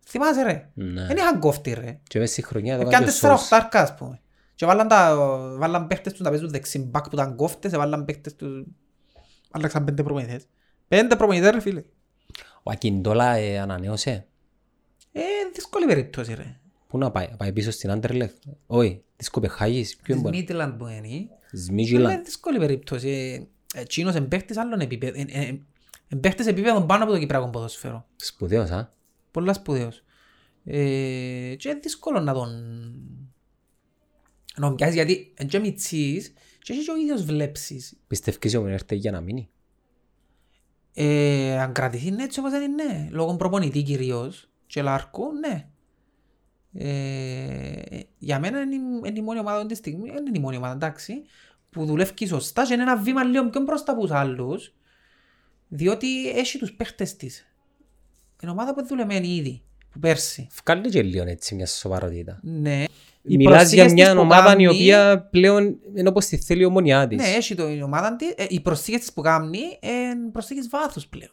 A: Θυμάσαι ρε,
B: Ναι.
A: δεν είχαν κόφτη ρε.
B: Και μέσα στη χρονιά το
A: Επιάνε
B: κάνει ο
A: τέσσερα
B: Σος.
A: οχτάρκα ας πούμε. Και βάλαν, τα, βάλαν παίχτες τους να παίζουν δεξιμπακ που ήταν κόφτες, βάλαν παίχτες τους... Άλλαξαν πέντε προπονητές. Πέντε προπονητές ρε φίλε.
B: Ο Ακιντόλα ε, ανανέωσε.
A: Ε, δύσκολη περίπτωση ρε.
B: Πού να πάει, πάει πίσω στην Άντερλεχ. Όχι, της Κοπεχάγης. Ποιο
A: Της
B: μπορεί.
A: Μίτλαντ που είναι. Αλλά
B: Σμίγιλα.
A: είναι δύσκολη περίπτωση. Ε, Εκείνος εμπαίχτης άλλων επίπεδων. Ε, ε, εμπαίχτης επίπεδων πάνω από το κυπριακό ποδοσφαίρο.
B: Σπουδαίος, α.
A: Πολλά σπουδαίος. Ε, και είναι δύσκολο να τον... Να τον πιάσεις γιατί εν και μητσής και έχεις και ο ίδιος βλέψεις.
B: Πιστεύεις ότι έρθει για να μείνει.
A: Ε, αν κρατηθεί είναι έτσι όπως δεν είναι. ναι. Λόγω προπονητή κυρίως και λάρκου, ναι. Ε, για μένα είναι, η- είναι η μόνη ομάδα αυτή τη στιγμή, δεν είναι η μόνη ομάδα, εντάξει, που δουλεύει σωστά και είναι ένα βήμα λίγο πιο μπροστά από τους άλλους, διότι έχει τους παίχτες της. Είναι ομάδα που δουλεμένη ήδη, που πέρσι.
B: Βγάλει και λίγο έτσι μια σοβαρότητα.
A: Ναι. Οι
B: Μιλάς για
A: προσθήκες της
B: μια
A: που
B: ομάδα η
A: κάνει-
B: οποία πλέον είναι όπως τη θέλει η ομονιά της.
A: Ναι, έχει το, η ομάδα της, ε, οι προσθήκες της που κάνει είναι προσθήκες βάθους πλέον.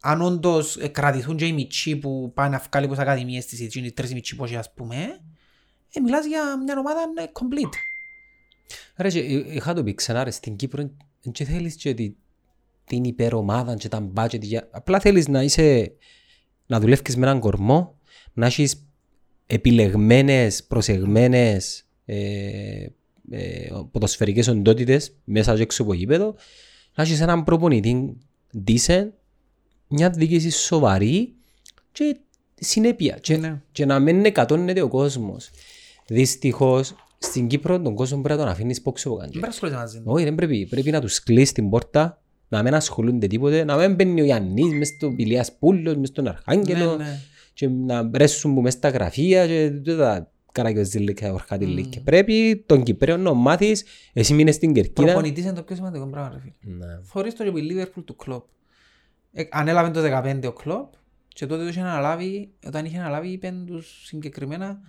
A: Αν όντως ε, κρατηθούν και οι μητσοί που πάνε να βγάλει πως ακαδημίες της, έτσι, οι τρεις μητσοί πόσοι ας πούμε, ε, μιλάς για μια ομάδα ε, complete.
B: Ρε, και, ε, είχα το πει ξανά ρε, στην Κύπρο δεν και θέλεις και τη- την υπερομάδα και τα μπάτζετ. Για... Απλά θέλεις να είσαι, να δουλεύεις με έναν κορμό, να έχεις επιλεγμένες, προσεγμένες ε, ε, ποδοσφαιρικές οντότητες μέσα και έξω από γήπεδο, να έχεις έναν προπονητή decent, μια διοίκηση σοβαρή και συνέπεια. Και,
A: Ναι.
B: και να μην εκατόνεται ο κόσμος. Δυστυχώς, στην Κύπρο τον κόσμο πρέπει να τον αφήνεις πόξο από
A: Δεν
B: καντζέ.
A: πρέπει να ασχολείται μαζί του.
B: Όχι, δεν πρέπει. Πρέπει να τους κλείσεις την πόρτα, να μην ασχολούνται τίποτε, να μην μπαίνει ο Ιαννής μες στον Πηλιάς Πούλος, μες στον Αρχάγγελο
A: Ναι, ναι.
B: και να ρέσουν που μες στα γραφεία και τα καραγκιοζήλικα, ορχάτιλικα.
A: Μ.
B: Πρέπει τον Κυπρέον να μάθεις, εσύ μείνες στην Κερκίδα.
A: Προπονητής είναι το πιο σημαντικό πράγμα, ρε φίλε.
B: Ναι.
A: Θωρείς το και που η Liverpool του Klopp. Ε, ανέλαβε το 15 ο Klopp και τότε το είχε αναλάβει, όταν είχε αναλάβει είπε τους συγκεκριμένα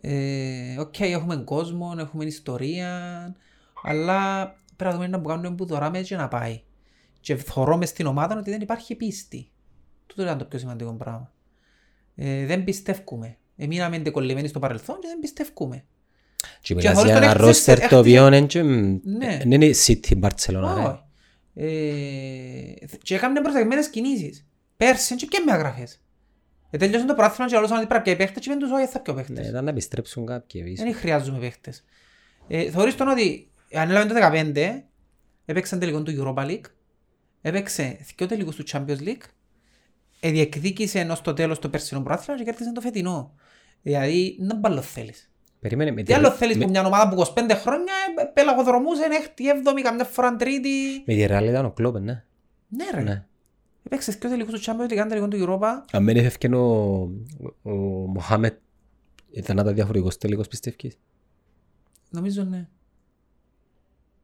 A: ε, «Οκ, έχουμε κόσμο, έχουμε ιστορία, αλλά πρέπει να δούμε να που κάνουμε που τώρα μες και να πάει». Και θωρώ μες στην ομάδα ότι δεν υπάρχει πίστη. Τούτο ήταν το πιο σημαντικό πράγμα. Ε, δεν πιστεύουμε. Εμείναμε κολλημένοι στο παρελθόν και δεν πιστεύουμε.
B: Και
A: Και
B: μιλάς
A: χωρίς
B: για
A: τον
B: ένα
A: έχτισε-
B: ρόστερ το οποίο είναι και, μ,
A: Ναι.
B: δεν είναι City Barcelona. ρε.
A: Όχι. Ε, και έκαναν προσεγμένες κινήσεις. Πέρσι και και με αγραφές. Ε, τέλειωσε το πρόθυμα και όλωσαν ότι πρέπει και παίχτες και είπαν τους όχι θα πιω
B: Ναι,
A: παίχτες.
B: ήταν να επιστρέψουν κάποιοι εμείς.
A: Δεν χρειάζομαι παίχτες. Ε, θεωρείς τον ότι ανέλαβε το 15, έπαιξαν τελικό του Europa League, έπαιξε δυο τελικούς του Champions League, ε, διεκδίκησε ενώ στο τέλος το περσινό πρόθυμα και κέρδισε το φετινό. Δηλαδή, να μπαλό θέλεις.
B: Περίμενε, με
A: Τι
B: τη-
A: άλλο θέλεις
B: Ε, με-
A: που μια ομάδα που 25 χρόνια ε, πελαγοδρομούσε, έκτη, έβδομη, καμιά φορά τρίτη.
B: με τη Real ήταν ο Κλόπ, ναι.
A: Ναι ρε.
B: Ναι.
A: Έπαιξε και τελικούς του Champions League, αν τελικό του Europa.
B: Αν δεν έφευκε ο, ο Μοχάμετ, ήταν ένα διαφορετικός τελικός πιστεύεις.
A: Νομίζω ναι.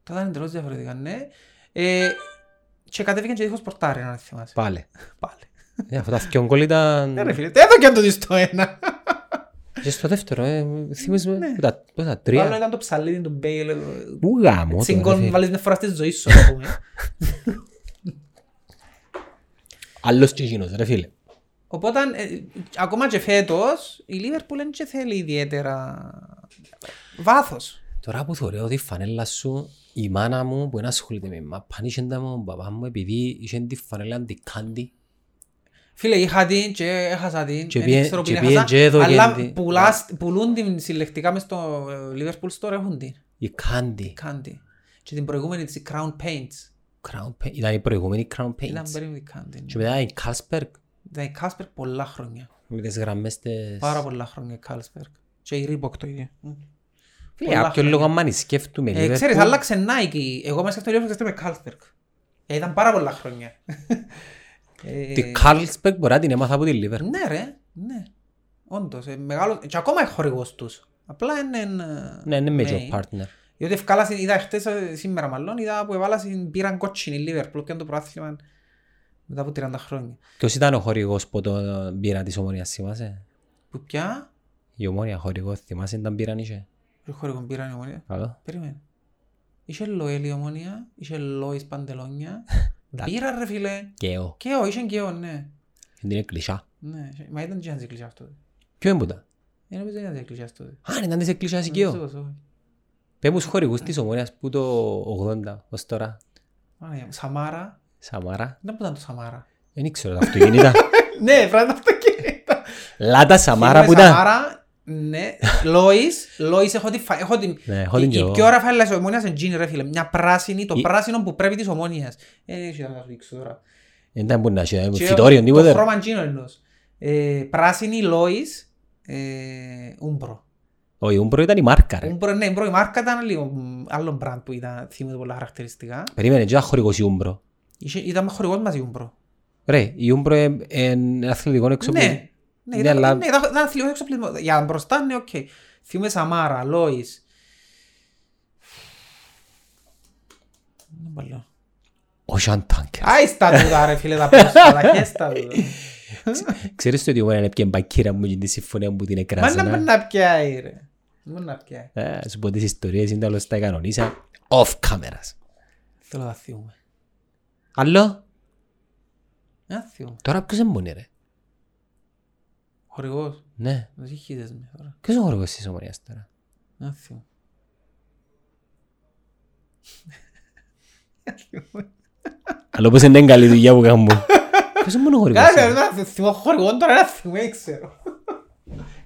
A: Θα ήταν εντελώς διαφορετικά, ναι. Ε, και κατέβηκαν και δίχως πορτάρι, αν θυμάσαι.
B: <laughs> Πάλε.
A: Πάλι.
B: Ε, Αυτά τα δυο γκολ ήταν...
A: Ναι ρε φίλε, εδώ και αν το δεις το ένα.
B: Και στο δεύτερο, ε, θυμίζουμε
A: Ναι.
B: τα, πόσα,
A: Το άλλο
B: τρία.
A: ήταν το ψαλίδι του Μπέιλ.
B: Πού γάμο το, ρε
A: Τσιγκόν
B: φίλε.
A: βάλεις μια φορά στη ζωή σου, ας
B: <laughs>
A: πούμε.
B: Άλλος και εκείνος, ρε φίλε.
A: Οπότε, ε, ακόμα και φέτος, η Λίβερπουλ δεν και θέλει ιδιαίτερα βάθος.
B: Τώρα που θεωρώ ότι η φανέλα σου, η μάνα μου που δεν ασχολείται με μαπ, αν είχε τα μου ο παπά μου επειδή είχε τη φανέλα αντικάντη,
A: Φίλε, είχα την και έχασα την.
B: Και
A: δεν
B: πιέ-
A: ξέρω
B: και
A: ποιήν έχασα,
B: πιέν και εδώ
A: Αλλά
B: γέννη.
A: πουλάς- πουλούν την συλλεκτικά μες στο ε, Liverpool Store έχουν την.
B: Η Candy.
A: Κάντι. Και την προηγούμενη της η Crown Paints.
B: Crown Paint. Ήταν η προηγούμενη Crown
A: Ήταν
B: Paints.
A: περίπου η Κάντι.
B: Και μετά η Carlsberg.
A: Ήταν ναι. η Carlsberg πολλά χρόνια.
B: Με τις γραμμές της...
A: Πάρα πολλά χρόνια η Carlsberg. Και η Reebok το ίδιο.
B: Φίλε,
A: πολλά
B: κάποιο
A: χρόνια.
B: Ε, λόγο άμα σκέφτουμε
A: Ε,
B: Liverpool,
A: Ξέρεις, άλλαξε Nike. Εγώ μέσα σκέφτομαι Liverpool σκέφτομαι Carlsberg. Ε, Ήταν πάρα πολλά χρόνια. Ε,
B: Τη Carlsberg μπορεί να την έμαθα από τη Liverpool.
A: Ναι ρε, ναι. Όντως, ε, μεγάλο... και ακόμα είναι χορηγός τους. Απλά είναι... ε,
B: Ναι, είναι
A: main.
B: major partner.
A: Διότι ευκάλασε, είδα χτες, ε, σήμερα μάλλον, είδα που έβαλα στην πήραν κότσινη η Liverpool και το προάθλημα μετά από 30 χρόνια.
B: Ποιος ήταν ο χορηγός που τον πήρα της ομόνιας, θυμάσαι.
A: Που πια,
B: Η ομόνια χορηγός, θυμάσαι ήταν πήραν είχε.
A: ρε χορηγόν πήραν η ομονία.
B: Καλό.
A: Περίμενε. Είχε Λοέλ η ομονία, είχε Λόης Παντελόνια.
B: <laughs> Εντάξει.
A: Πήραν ρε φίλε.
B: Και εγώ.
A: Και ο, είχε και ο, ναι.
B: Είναι κλεισά.
A: Ναι, είχε- μα ήταν και ένας εκκλησιάς αυτό.
B: Ποιο είναι που ήταν.
A: Δεν νομίζω ήταν της εκκλησιάς τότε.
B: Α, ναι, ήταν της εκκλησιάς και εγώ.
A: Νομίζω, όχι.
B: Πες μου τους χορηγούς της ομόνιας που το 80 ως τώρα.
A: Μάνα μου, ναι. Σαμάρα.
B: Σαμάρα.
A: Δεν που ήταν το Σαμάρα.
B: Δεν ξέρω τα αυτοκίνητα.
A: <laughs> Ναι, φράγει τα αυτοκίνητα.
B: Λάτα Σαμάρα
A: Θυμάμαι
B: που ήταν.
A: Σαμάρα, ναι. Λόης, Λόης έχω τη φα- έχω την...
B: Ναι, έχω την
A: η-
B: κι
A: Η
B: εγώ.
A: πιο ράφα είναι ομόνιας εν τζίνι ρε φίλε. Μια πράσινη, το
B: Η-
A: πράσινο που πρέπει της ομόνιας. Ε, δεν ξέρω να σου δείξω τώρα.
B: Δεν ήταν που να είχε
A: Και
B: φυτόριο,
A: το
B: τίποτε.
A: χρώμα τζίνο εννοώ. Ε, Πράσινη, Λόης, ε, Ούμπρο.
B: Όχι, Ούμπρο ήταν η μάρκα ρε.
A: Ούμπρο, ναι, Ούμπρο, η μάρκα ήταν λίγο μ, άλλο μπραντ που ήταν, θυμούνται πολλά χαρακτηριστικά.
B: Περίμενε, και ήταν χορηγός η Ούμπρο.
A: Είχε- Ήταν χορηγός μας η Ούμπρο.
B: Ρε, η Ούμπρο είναι ένα αθλητικό εξοπλισμό.
A: Ναι, ναι,
B: Ναι,
A: ήταν,
B: αλλά-
A: ναι, ήταν, ήταν αθλητικός εξοπλισμός. Για μπροστά, ναι, οκ. Θυμούμε Σαμάρα, Λόης. Δεν παλαιώ.
B: Όχι αν τάγκερ.
A: Άιστα τούτα ρε φίλε τα πρόσφατα, χέστα τούτα.
B: Ξέρεις το ότι μπορεί να έπιαν μπακίρα μου και τη συμφωνία μου την
A: Μα να
B: εκράσανα.
A: μπορεί να πιάει ρε. Να μπορεί να πιάει.
B: Ε, Σου πω τις ιστορίες είναι όλος τα κανονίσα. Off cameras.
A: Θέλω να θυμούμε.
B: Άλλο,
A: Να θυμούμε.
B: τώρα ποιος είναι μόνοι ρε.
A: Χορηγός.
B: Ναι.
A: Να συγχύζες με τώρα.
B: Ποιος είναι ο χορηγός της ομονίας τώρα.
A: Να θυμούμε.
B: Αλλά πως είναι καλή δουλειά που κάνουμε. Ποιος είναι μόνο ο χορηγός.
A: Κάτσε
B: της?
A: να θυμώ χορηγόν τώρα να θυμούμε, δεν ξέρω.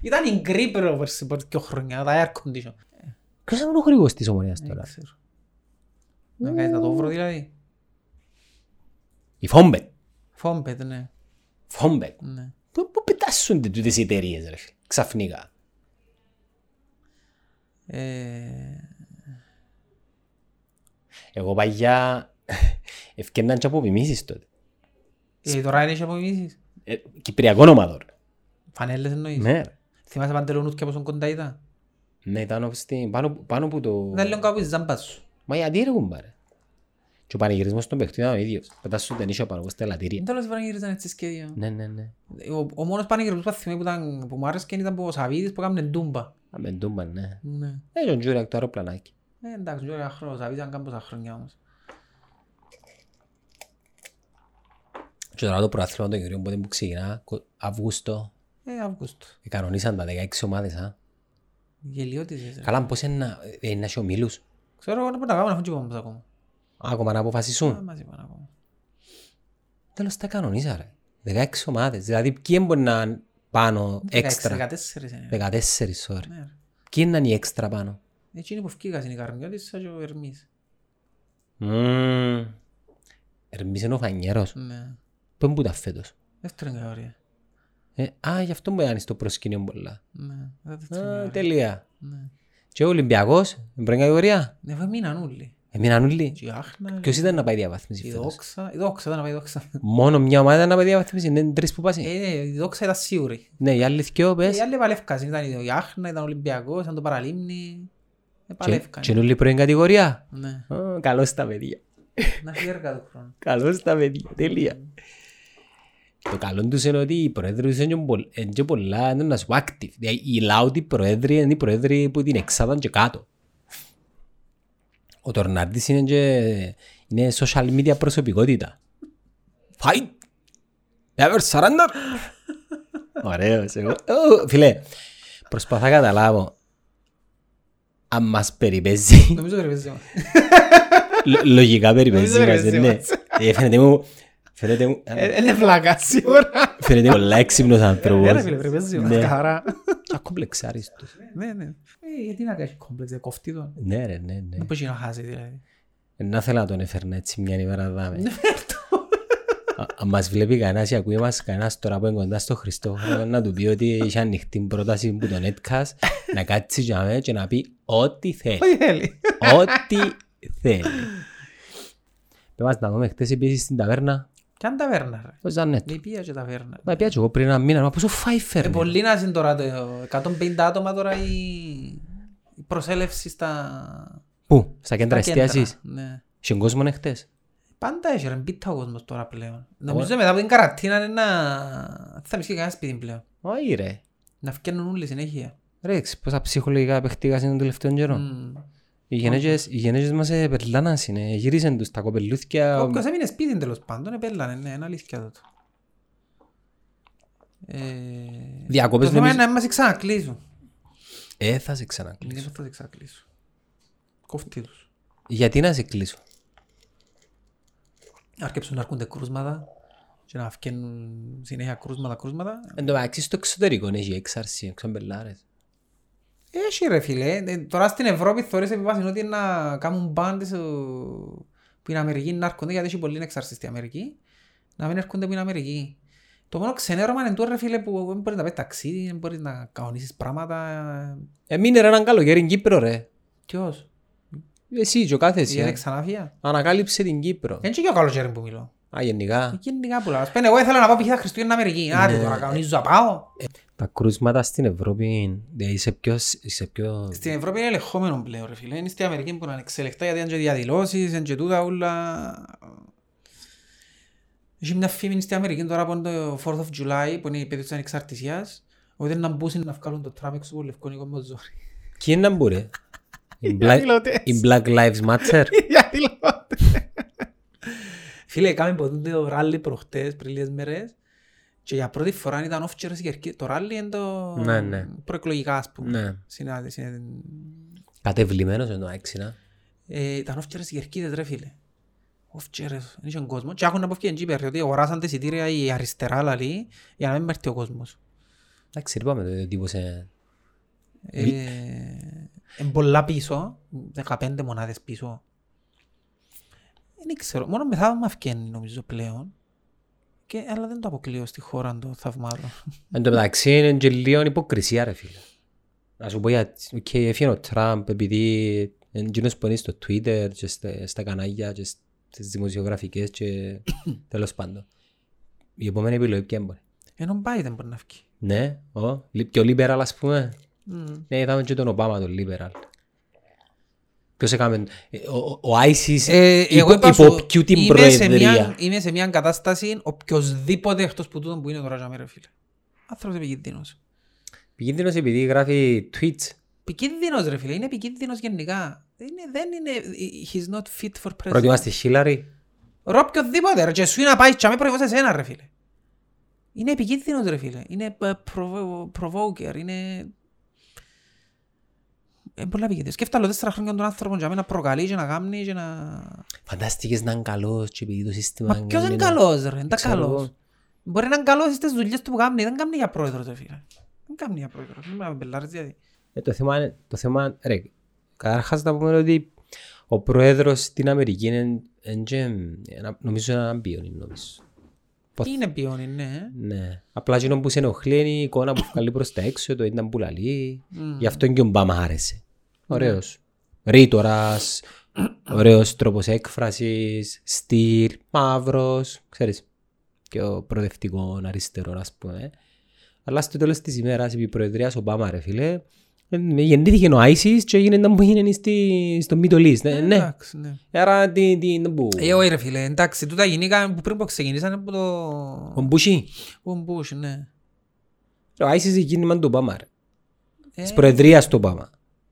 A: Ήταν η γκρίπερο πέρσι πριν δύο χρόνια, τα air condition.
B: Ποιος είναι μόνο ο χορηγός της ομονίας
A: Δεν
B: τώρα.
A: ξέρω. Να κάνεις να το βρω δηλαδή.
B: Η Φόμπετ.
A: Φόμπετ, ναι.
B: Φόμπετ.
A: ναι.
B: Πού πού πετάσσονται τούτες οι εταιρείες ρε. φίλε, Ξαφνικά.
A: Ε,
B: Εγώ <laughs> παγιά ευκαιρνάν και από μιμήσεις τότε.
A: ε, τώρα είναι και απομιμήσεις.
B: Ε, Κυπριακό ομάδο. ρε.
A: Φανέλες εννοείς.
B: Ναι. ρε.
A: Θυμάσαι παντελονούς και πόσο κοντά ήταν.
B: Ναι, ήταν όπως στην- πάνω, πάνω από το...
A: Ήταν λίγο κάπου η ζάμπα σου.
B: Μα γιατί ρε κουμπάρε. Και ο πανηγυρισμός των παιχτών ήταν ο ίδιος. Πετάσουν τα νύχια πάνω από στα ελαττήρια.
A: Εν τέλος πανηγύριζαν έτσι σχέδια.
B: Ναι, ναι, ναι.
A: Ο, ο μόνος πανηγυρισμός που θυμάμαι που, ήταν, που μου άρεσε ήταν ο Σαβίδης που έκαμε ντούμπα.
B: Αμεντούμπα, ναι.
A: Ναι.
B: Ε, τον Τζούριακ το αεροπλανάκι.
A: Ε, εντάξει, τώρα ένα χρόνο, ο Σαβίδης ήταν κάμποσα χρόνια όμως.
B: Και τώρα το προάθλημα των γυρίων πότε που ξεκινά, κο- Αυγούστο,
A: Ε, Αύγουστο.
B: ε, κανονίσαν τα 16 ομάδες, α.
A: Γελιότητες. ρε.
B: Καλά, πώς είναι να, ε, είναι να έχει ομίλους.
A: Ξέρω εγώ να πρέπει να κάνουμε, έχουν και πάμε ακόμα.
B: Α, Ακόμα να
A: Ε,
B: αποφασίσουν.
A: Μαζί πάμε ακόμα.
B: Τέλος τα κανονίσα, ρε. 16 ομάδες. Δηλαδή, ποιοι μπορεί να είναι πάνω έξτρα.
A: 14 είναι.
B: 14, sorry.
A: Ναι, ρε.
B: Ποιοι είναι να είναι οι έξτρα πάνω.
A: Εκείνοι που φκήκαν είναι η Καρμιώτισσα και ο Ερμής.
B: Μμμ. Ερμής είναι ο φανιέρος.
A: Ναι.
B: Πού είναι που τα φέτος.
A: Δεύτερη κατηγορία.
B: Ε, α, γι' αυτό μου έκανε στο προσκήνιο πολλά.
A: Ναι, μετά δεύτερη
B: Α,
A: κατηγορία.
B: τελεία.
A: Ναι.
B: Και ο Ολυμπιακός, με πρώτη κατηγορία.
A: Ναι, αφού μείναν όλοι.
B: Εμείναν όλοι.
A: Και η Άχνα,
B: Ποιος
A: η-
B: ήταν να πάει διαβάθμιση
A: η
B: φέτος.
A: Δόξα. Η Δόξα ήταν να πάει η Δόξα.
B: Μόνο μια ομάδα ήταν να πάει διαβάθμιση. Είναι τρεις που πάσαι.
A: Ε, ναι, Η Δόξα ήταν σίγουρη.
B: Ναι, οι άλλοι δυο
A: Οι
B: πες.
A: άλλοι παλεύκαν. Ήταν η η Άχνα, ήταν ο Ολυμπιακός, ήταν το Παραλίμνη. Ε,
B: Και-
A: Παλεύκαν.
B: Και είναι όλοι πρώτη κατηγορία.
A: Ναι.
B: Α, Καλώς τα παιδιά.
A: Να φύγει έργα του χρόνου.
B: Καλώς τα παιδιά. Τέλεια. Το καλό τους είναι ότι οι πρόεδροι είναι πολλ- είναι και πολλά, είναι να σου πω active. Δηλαδή, Οι λαούτοι πρόεδροι είναι οι πρόεδροι που την εξάδαν και κάτω. Ο Τορνάρτης είναι και είναι social media προσωπικότητα. Fight! Never surrender! Ωραίος. εγώ. Ω, Φίλε, προσπαθώ να καταλάβω αν μας περιπέζει
A: Νομίζω ότι έπαιζε μας.
B: Λο- Λογικά
A: Νομίζω
B: περιπέζει μας,
A: περιπέζει
B: ναι.
A: μας.
B: Ε, Φαίνεται μου... Φαίνεται μου...
A: Ε, Είναι βλάκα σίγουρα.
B: Φαίνεται πολλά έξυπνος
A: Ναι, ρε
B: άνθρωπος.
A: φίλε, πρέπει να ζει,
B: Ναι.
A: καθαρά.
B: Ακομπλεξάριστος.
A: Ναι, ναι. Ε, γιατί να κάνει κόμπλεξ, δεν κοφτεί τον.
B: Ναι ρε, ναι, ναι.
A: Δεν μπορεί να χάσει δηλαδή.
B: Να θέλω να τον έφερνα έτσι μια ημέρα δάμε. Α- Αν μας βλέπει κανένας ή ακούει μας κανένας τώρα που είναι κοντά στο Χριστό να του πει ότι είχε ανοιχτή πρόταση που τον έτκας να κάτσει για μέ και να πει ό,τι θέλει.
A: Όχι θέλει.
B: ό,τι θέλει. Πέμας να δούμε χτες επίσης στην ταβέρνα.
A: Κι αν ταβέρνα ρε.
B: Το Ζανέτο.
A: Δεν πήγα και ταβέρνα.
B: Μα πιάτσω εγώ πριν ένα μήνα, μα πόσο φάει
A: Ε,
B: φέρνει.
A: πολλοί να είναι τώρα, το 150 άτομα τώρα η, η προσέλευση στα,
B: Πού, στα κέντρα
A: στα κέντρα.
B: εστίασης.
A: Ναι.
B: Σε κόσμο είναι χτες.
A: Πάντα έχει ρε, μπήτα ο κόσμος τώρα πλέον. Νομίζω μετά από την καραντίνα είναι να... δεν θα μισχύει κανένας σπίτι πλέον.
B: Όχι ρε.
A: Να φκαίνουν όλοι συνέχεια.
B: Ρε, ξέρεις πόσα ψυχολογικά παιχτήκα είναι τον τελευταίο καιρό.
A: Μμμ.
B: Οι γυναίκες, οι γυναίκες μας ε, περλάναν συνε, γύρισαν τους τα κοπελούθκια.
A: Όποιος έμεινε σπίτι τέλος πάντων, επέλανε, ναι, είναι αλήθεια τούτο. Ε,
B: Διακόπες
A: το θέμα
B: νομίζω-
A: είναι να μας ξανακλείσουν.
B: Ε, θα σε ξανακλείσω.
A: Δεν θα σε ξανακλείσουν. Κοφτεί τους.
B: Γιατί να σε κλείσω.
A: Να αρκέψουν να αρκούνται κρούσματα και να φκαίνουν συνέχεια κρούσματα, κρούσματα.
B: Εν τω μεταξύ στο εξωτερικό έχει έξαρση, εξομπελάρες.
A: Έχει ρε φίλε. Ε, Τώρα στην Ευρώπη θεωρείς επιβάσεις ότι είναι να κάνουν μπάντες ε, που είναι Αμερική να έρχονται γιατί έχει πολύ εξάρσεις στην Αμερική να μην έρχονται που είναι Αμερική. Το μόνο ξενέρωμα είναι τούτο ρε φίλε που δεν μπορείς να πες ταξίδι, δεν μπορείς να κανονίσεις πράγματα.
B: Ε, μείνε ρε έναν καλοκαίρι στην Κύπρο ρε.
A: Ποιος,
B: Εσύ και ο κάθε
A: η
B: εσύ.
A: Ελέξ
B: ε.
A: Ξανάφια.
B: Ανακάλυψε την Κύπρο.
A: Δεν είναι και ο καλός χέρι που μιλώ.
B: Α, γενικά.
A: Γενικά που λέω. Ας πένε εγώ ήθελα να πάω π.χ. τα Χριστούγεννα Αμερική. Άντε τώρα κανονίζω να πάω.
B: Τα κρούσματα στην Ευρώπη, δηλαδή είσαι πιο... Είσαι πιο...
A: Στην Ευρώπη είναι ελεγχόμενο πλέον ρε φίλε. Είναι στην Αμερική που είναι ανεξελεκτά γιατί είναι και διαδηλώσεις, είναι και τούτα όλα. Έχει μια φήμη στην Αμερική τώρα από το 4th of July που είναι η περίοδος της ανεξαρτησίας ότι είναι να μπούσουν να βγάλουν το τραμ έξω από λευκό νοικό με ζόρι.
B: <laughs> Κι είναι
A: <laughs>
B: να μπορεί. Οι Black- οι Black Lives Matter.
A: Γιατί Φίλε, κάμε ποτέ το ράλι προχτές πριν λίγες μέρες και για πρώτη φορά ήταν off και ρεσικερκή. Το ράλι είναι το
B: Ναι, ναι.
A: προεκλογικά ας πούμε.
B: Ναι.
A: Συνάδει- συνάδει.
B: Κατευλημμένος ενώ έξινα.
A: Ε, Ήταν off και ρεσικερκίδες ρε φίλε. Off και ρες, δεν είχε κόσμο. Και έχουν αποφύγει και είπε ότι αγοράσαν τα εισιτήρια η αριστερά λαλή για να μην έρθει ο κόσμος.
B: Εντάξει, είπαμε το ο τύπος ε,
A: Είναι Ε, πολλά πίσω, 15 μονάδες πίσω. Δεν ξέρω, μόνο με θαύμα φκένει νομίζω πλέον. Και, αλλά δεν το αποκλείω στη χώρα το θαυμάρω.
B: Εν τω μεταξύ είναι και λίγο υποκρισία ρε φίλε. Να σου πω γιατί, οκ, έφυγε ο Τραμπ επειδή είναι εκείνος που είναι στο Twitter και στα, στα κανάλια και στις δημοσιογραφικές
A: <coughs>
B: και τέλος πάντων. Η επόμενη επιλογή ποια μπορεί.
A: Ενώ ο Biden μπορεί να βγει.
B: Ναι, ο, λι- πιο liberal ας πούμε.
A: Μμμ.
B: Ναι, είδαμε και τον Ομπάμα τον liberal. Ποιος έκαμε, ε, ο, ο- ο ISIS
A: Ε, εγώ
B: υπό,
A: είπα σου,
B: υπό ποιου την
A: είμαι σε
B: προεδρία.
A: μια- Είμαι σε μια κατάσταση οποιοδήποτε εκτός που τούτον που είναι τώρα για μέρα φίλε. Άνθρωπος επικίνδυνος.
B: Επικίνδυνος επειδή γράφει tweets.
A: Επικίνδυνος ρε φίλε, είναι επικίνδυνος γενικά. Είναι, δεν είναι, he's not fit for president.
B: Προτιμάς τη Χίλαρη.
A: Ρε οποιοδήποτε ρε και σου να πάει και με προηγούμενο σε εσένα ρε φίλε. Είναι επικίνδυνος ρε φίλε. Είναι ε, προβο- provoker. Είναι... Ε, Είναι πολλά επικίνδυνος. Σκέφτα άλλο τέσσερα χρόνια τον άνθρωπο για μένα προκαλεί και να γάμνει και να...
B: Φαντάστηκες να είναι καλός και επειδή το σύστημα...
A: Μα ποιος είναι
B: είναι-
A: καλός ρε, δεν τα
B: ναι, ξέρω
A: καλός.
B: εγώ.
A: Μπορεί να είναι καλός στις δουλειές του που γάμνει. Δεν γάμνει για πρόεδρος ρε φίλε. Δεν γάμνει για πρόεδρος. Μην με μπελάρεις δηλαδή.
B: Ε, το θέμα είναι, το θέμα, ρε, καταρχάς να πούμε ότι ο πρόεδρος στην Αμερική είναι, είναι και ένα- νομίζω ένα αμπίον, νομίζω. Πώς-
A: Είναι ποιόν είναι.
B: Ναι. Απλά εκείνο που σε ενοχλεί είναι η εικόνα που βγάλει προς τα έξω, το ήταν που λαλεί.
A: Μμμ. Ναι.
B: Γι' αυτό και ο Μπάμα άρεσε. Ωραίος. Ρήτορας, ωραίος τρόπος έκφρασης, στυλ, μαύρος, ξέρεις, πιο προοδευτικό, αριστερό, ας πούμε. Αλλά στο τέλος της ημέρας, επί προεδρίας Ομπάμα, ρε φίλε, ε, γεννήθηκε ο ISIS και έγινε να μου γίνει στη- στο Middle East. Ε, Ναι,
A: Εντάξει, ναι.
B: άρα τι, τι, να μπου.
A: Ε, όχι ρε φίλε, εντάξει, τούτα γενικά που πριν που ξεκινήσαν από το...
B: Ο Μπουσί.
A: Ο Μπούς, ναι.
B: Ο ISIS είναι κίνημα του Ομπάμα, ρε.
A: Ε,
B: Της προεδρίας του Ομπάμα.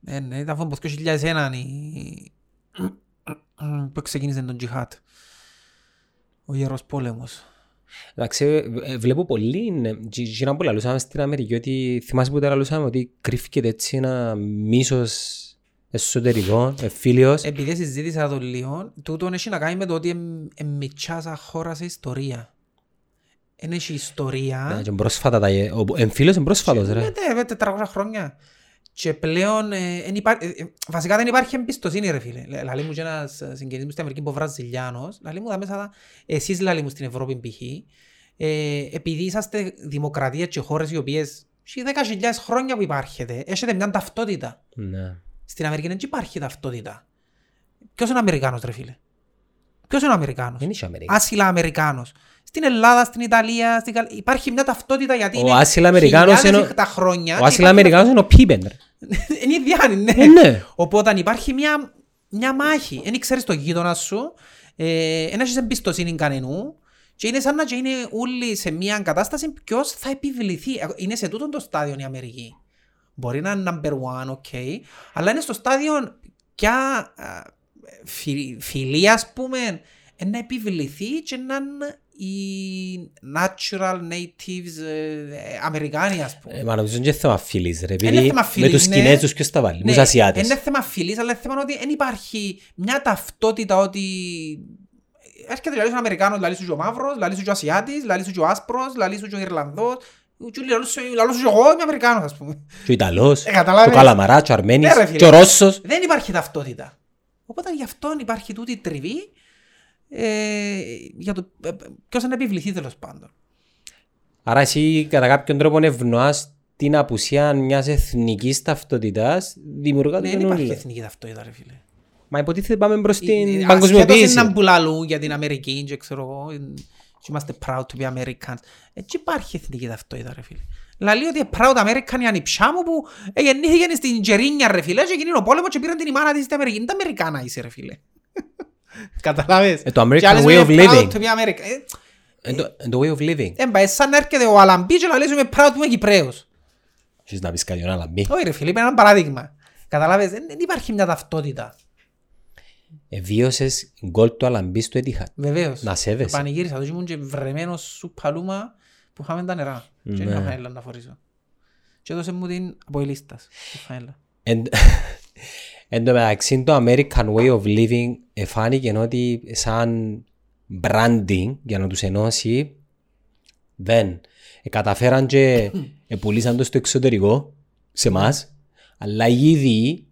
A: Ε, ναι, ήταν φόμπος 2001 η- που ξεκίνησε τον τζιχάτ. Ο Ιερός Πόλεμος.
B: Εντάξει, ε, βλέπω πολύ. Γίνα που λαλούσαμε στην Αμερική ότι θυμάσαι που τα λαλούσαμε ότι κρύφηκε έτσι ένα μίσος ε, εσωτερικό, εμφύλιος.
A: Επειδή συζήτησα το λίγο, τούτο έχει να κάνει με το ότι εμ- εμιτσά σαν χώρα σε ιστορία. Εν έχει ιστορία.
B: Ναι, και πρόσφατα τα... γε- Ο εμφύλος είναι πρόσφατος ρε.
A: Ναι, ναι, 400 χρόνια. Και πλέον, ε, εν υπά- ε, ε, βασικά δεν υπάρχει εμπιστοσύνη ρε φίλε. Λα- Λαλεί μου και ένας ε, συγγενής μου στην Αμερική που είναι Βραζιλιάνος, λαλεί μου τα μέσα, τα- εσείς λαλεί μου στην Ευρώπη π.χ. Ε, επειδή είσαστε δημοκρατία και χώρες οι οποίες έχει 10.000 χρόνια που υπάρχετε, έχετε μια ταυτότητα.
B: Ναι.
A: Στην Αμερική δεν υπάρχει ταυτότητα. Ποιος είναι Αμερικάνος ρε φίλε. Ποιος είναι Αμερικάνος.
B: Δεν είσαι Αμερική.
A: Άσυλα Αμερικάνος. Στην Ελλάδα, στην Ιταλία, στην Γαλλία. Υπάρχει μια ταυτότητα γιατί
B: Ο
A: είναι
B: άσυλα Αμερικάνος
A: χιλιάδες
B: είναι ο-
A: εχτά χρόνια.
B: Ο Άσυλα
A: Υπάρχει
B: Αμερικάνος είναι ο Πίπεν ρε.
A: ταυτότητα- <laughs> Είναι ιδιάνη, ναι.
B: Ε, ναι.
A: Οπότε αν υπάρχει μια, μια μάχη, δεν ξέρεις τον γείτονα σου, ε, δεν έχεις εμπιστοσύνη κανενού και είναι σαν να και είναι όλοι σε μια κατάσταση ποιος θα επιβληθεί. Είναι σε τούτο το στάδιο η Αμερική. Μπορεί να είναι number one, ok, αλλά είναι στο στάδιο πια α, φι- φιλία, ας πούμε, ε, να επιβληθεί και να είναι οι natural natives ε, ε, Αμερικάνοι, ας πούμε.
B: Ε, Μα νομίζω είναι και θέμα φίλης ρε.
A: Είναι
B: Επειδή
A: θέμα
B: με
A: φίλης,
B: τους
A: ναι.
B: Κινέζους ποιος τα βάλει. Με τους Ασιάτες.
A: Είναι θέμα φιλή, αλλά είναι θέμα ότι δεν υπάρχει μια ταυτότητα ότι. Έρχεται λέει ο Αμερικάνο, λαλή σου και ο μαύρος, λαλή σου και ο Ασιάτης, λαλή σου και ο άσπρος, λαλή σου και ο Ιρλανδό. Λαλή σου και εγώ είμαι Αμερικάνο, ας πούμε.
B: Και ο Ιταλός.
A: Ε,
B: Και ο
A: καταλάβες.
B: Καλαμαράς. Και ο Αρμένης.
A: Ναι, ρε, φίλε.
B: Και ο Ρώσος.
A: Δεν υπάρχει ταυτότητα. Οπότε γι' αυτόν υπάρχει τούτη η τριβή ε, για το ποιος θα επιβληθεί τέλος πάντων.
B: Άρα εσύ κατά κάποιον τρόπο ευνοάς την απουσία μιας εθνικής ταυτότητας δημιουργά
A: Ναι,
B: το
A: δεν υπάρχει
B: καινούργιο.
A: εθνική ταυτότητα, ρε φίλε.
B: Μα υποτίθεται πάμε προς
A: Ε,
B: την
A: ε,
B: παγκοσμιοποίηση.
A: ασχέτως είναι να μπουλαλούν για την Αμερική και ξέρω εγώ, ε, και είμαστε proud to be Americans. Έτσι υπάρχει εθνική ταυτότητα ρε φίλε. Λαλεί ότι proud American η ανιψιά μου που ε, γεννήθηκε στην Τζερίνια ρε φίλε και έγινε ο πόλεμος και πήραν την ημάνα της στην Αμερική. Είναι τα Αμερικάνα είσαι ρε φίλε. <laughs> Καταλάβες.
B: Ε, το American
A: Και άλλες
B: way of
A: λένε,
B: living.
A: Proud to be American. Ε,
B: Ε, το- ε, Το way of living.
A: έμπα, ε, σαν να έρχεται ο Αλαμπή και να λες είμαι proud που είμαι Κυπρέος.
B: Έχεις να πεις κάτι άλλο μη.
A: Όχι ρε φίλε, είπε ένα παράδειγμα. Καταλάβες, δεν δεν υπάρχει μια ταυτότητα.
B: Εβίωσες γκολ του Αλαμπή στο Etihad.
A: Βεβαίως.
B: Να σέβεσαι.
A: Πανηγύρισα, τότε ήμουν και βρεμένος σου παλούμα που είχαμε τα νερά. Και δεν
B: Ναι.
A: είχα φανέλα να φορήσω. Και έδωσε μου την από η λίστα τη φανέλα.
B: Εν, <laughs> εν τω μεταξύ το American way of living εφάνηκε ότι σαν branding για να τους ενώσει δεν. Ε, καταφέραν και ε, πουλήσαν το στο εξωτερικό σε εμάς αλλά οι ίδιοι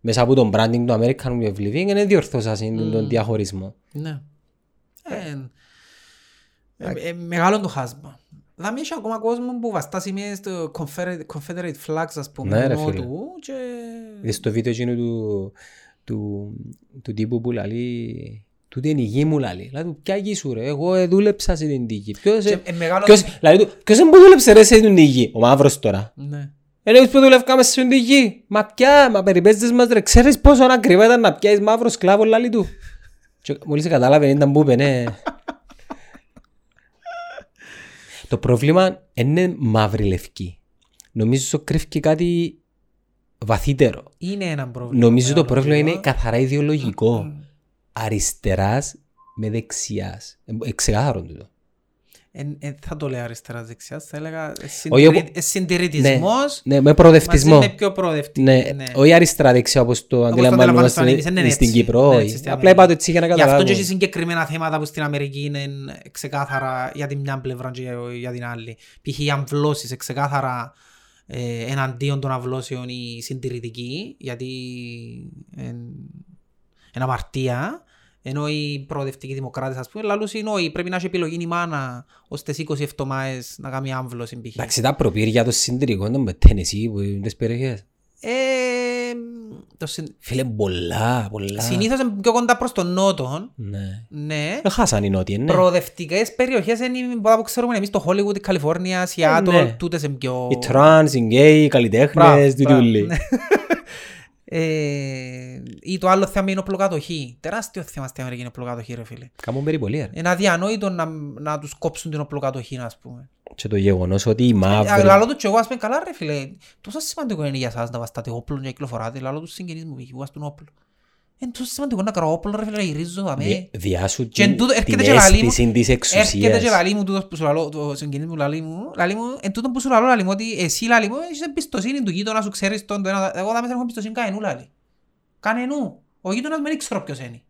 B: μέσα από τον branding του American way of living δεν διορθώσαν mm. τον διαχωρισμό.
A: Ναι. Ε, Μεγάλο το χάσμα. Θα μην έχει ακόμα κόσμο που βαστά σημαίνει στο Confederate, Confederate flags ας πούμε
B: Ναι, ρε,
A: νότου
B: φίλε.
A: και...
B: Είδες στο βίντεο εκείνο του, του, του τύπου που λαλεί τούτη είναι η γη μου λαλεί. Δηλαδή ποια γη σου ρε, εγώ ε, δούλεψα σε την τύχη. Ποιος, ε,
A: και ε, μεγάλο...
B: Ποιος, δηλαδή, του, ποιος είναι που δούλεψε ρε σε την γη, ο μαύρος τώρα.
A: Ναι.
B: Εννοείς που δούλευκαμε σε την γη. Μα πια, μα περιπέζεις μας ρε, ξέρεις πόσο ακριβά ήταν να πιάσεις μαύρο σκλάβο λαλί του. Και μόλις σε κατάλαβε ήταν που είπε, ναι. Το πρόβλημα είναι μαύρη λευκή. Νομίζω κρύφηκε κάτι βαθύτερο.
A: Είναι ένα πρόβλημα.
B: Νομίζω το
A: μεγάλο
B: πρόβλημα
A: τούτο.
B: είναι καθαρά ιδεολογικό. Αριστεράς με δεξιάς. Ε, ε, Ξεκάθαρο τούτο.
A: Εν- εν θα το λέω αριστερά δεξιά, θα έλεγα ε,
B: εγώ-
A: συντηρη- συντηρητισμός
B: Ναι, με προοδευτισμό.
A: μαζί με πιο προοδευτική.
B: Ναι, όχι αριστερά δεξιά όπως το αντιλαμβανόμαστε
A: αντιλαμβάνεστε εμείς, δεν είναι
B: στην
A: έτσι.
B: Κύπρο.
A: Ναι,
B: όχι.
A: έτσι στην
B: Απλά
A: Αμερική.
B: είπα το έτσι για να
A: Γι' αυτό και
B: καταλάβω.
A: έχει συγκεκριμένα θέματα που στην Αμερική είναι ξεκάθαρα για την μια πλευρά και για την άλλη. Π.χ. οι αμβλώσεις, ξεκάθαρα ε, εναντίον των αμβλώσεων οι συντηρητικοί, γιατί είναι αμαρτία. Ενώ οι προοδευτικοί δημοκράτες, ας πούμε, λαλούς είναι όχι, πρέπει να έχει επιλογή η μάνα ώστε στις 20 εβδομάδες να κάνει άμβλωση π.χ.
B: Εντάξει, τα προπήρια των συντηρικών των Τενεσί που είναι τις περιοχές.
A: Ε, το συν...
B: Φίλε, πολλά, πολλά.
A: Συνήθως είναι πιο κοντά προς τον νότο,
B: Ναι.
A: ναι.
B: Το χάσαν οι νότιοι, ναι.
A: προοδευτικές περιοχές είναι πολλά που ξέρουμε εμείς το Hollywood, η Καλιφόρνια, Σιάτο,
B: ναι.
A: τούτες είναι πιο...
B: Οι τρανς, οι γκέι, οι καλλιτέχνες,
A: Μπράβο,
B: τι
A: μπράβο,
B: τούλοι.
A: ναι. Ε, ή το άλλο θέμα είναι οπλοκατοχή. Τεράστιο θέμα στην Αμερική είναι οπλοκατοχή ρε φίλε.
B: Κάμουν περιπολία. ρε.
A: Είναι αδιανόητο να, να τους κόψουν την οπλοκατοχή ας πούμε. Ε,
B: Και το γεγονός ότι οι
A: Αλλά
B: μαύροι...
A: λαλώ του και εγώ ας πούμε καλά ρε φίλε. Τόσο σημαντικό είναι για εσάς να βαστάτε όπλο και να κυκλοφοράτε. Λαλώ τους συγγενείς μου που βαστούν όπλο. Είναι τόσο σημαντικό να κρατώ όπλο ρε φίλε να γυρίζω αμέ.
B: δι- Διάσου
A: ε. Και εν
B: την
A: τούτο
B: την
A: έρχεται και λαλεί μου-
B: αίσθηση της
A: Έρχεται και
B: εξουσίας.
A: λαλεί μου τούτος που σου λαλώ, το συγγενής μου λαλεί μου, λαλεί μου, εν τούτον που σου λαλώ λαλεί μου, ότι εσύ λαλεί μου, έχεις εμπιστοσύνη του γείτονα σου, ξέρεις τον, το ένα, εγώ θα μέσα έχω εμπιστοσύνη κανενού λαλεί. Κανενού. Ο γείτονας δεν ξέρω ποιος ε, είναι.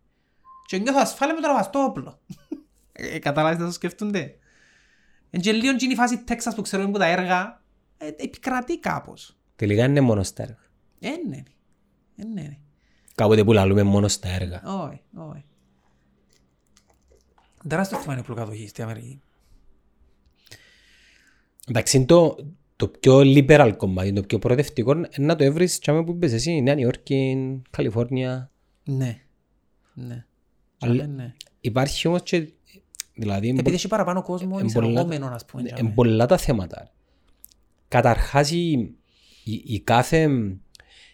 A: Και νιώθω ασφάλεια με το να βαστώ όπλο. Ε, Καταλάβεις να το σκεφτούνται. Εν και λίγο είναι η φάση Τέξας που ξέρω που τα έργα ε, επικρατεί κάπως.
B: Τελικά είναι μόνος στα έργα.
A: Ε, ναι. Ε, ναι, ναι.
B: Κάποτε που λαλούμε μόνο στα έργα.
A: Όχι, όχι. Τεράστιο θέμα είναι η πλοκατοχή στην Αμερική.
B: Εντάξει, είναι το, το πιο liberal κομμάτι, το πιο προοδευτικό, είναι να το έβρεις τσάμε που είπες εσύ, Νέα Νιόρκη, Καλιφόρνια.
A: Ναι. Ναι.
B: Αλλά-
A: Ε, ναι.
B: Υπάρχει όμως και, δηλαδή,
A: Επειδή έχει παραπάνω κόσμο
B: ε,
A: εισαγωγόμενο, ας πούμε.
B: είναι
A: τζάμε.
B: πολλά τα θέματα. Καταρχάς, η, η, η κάθε,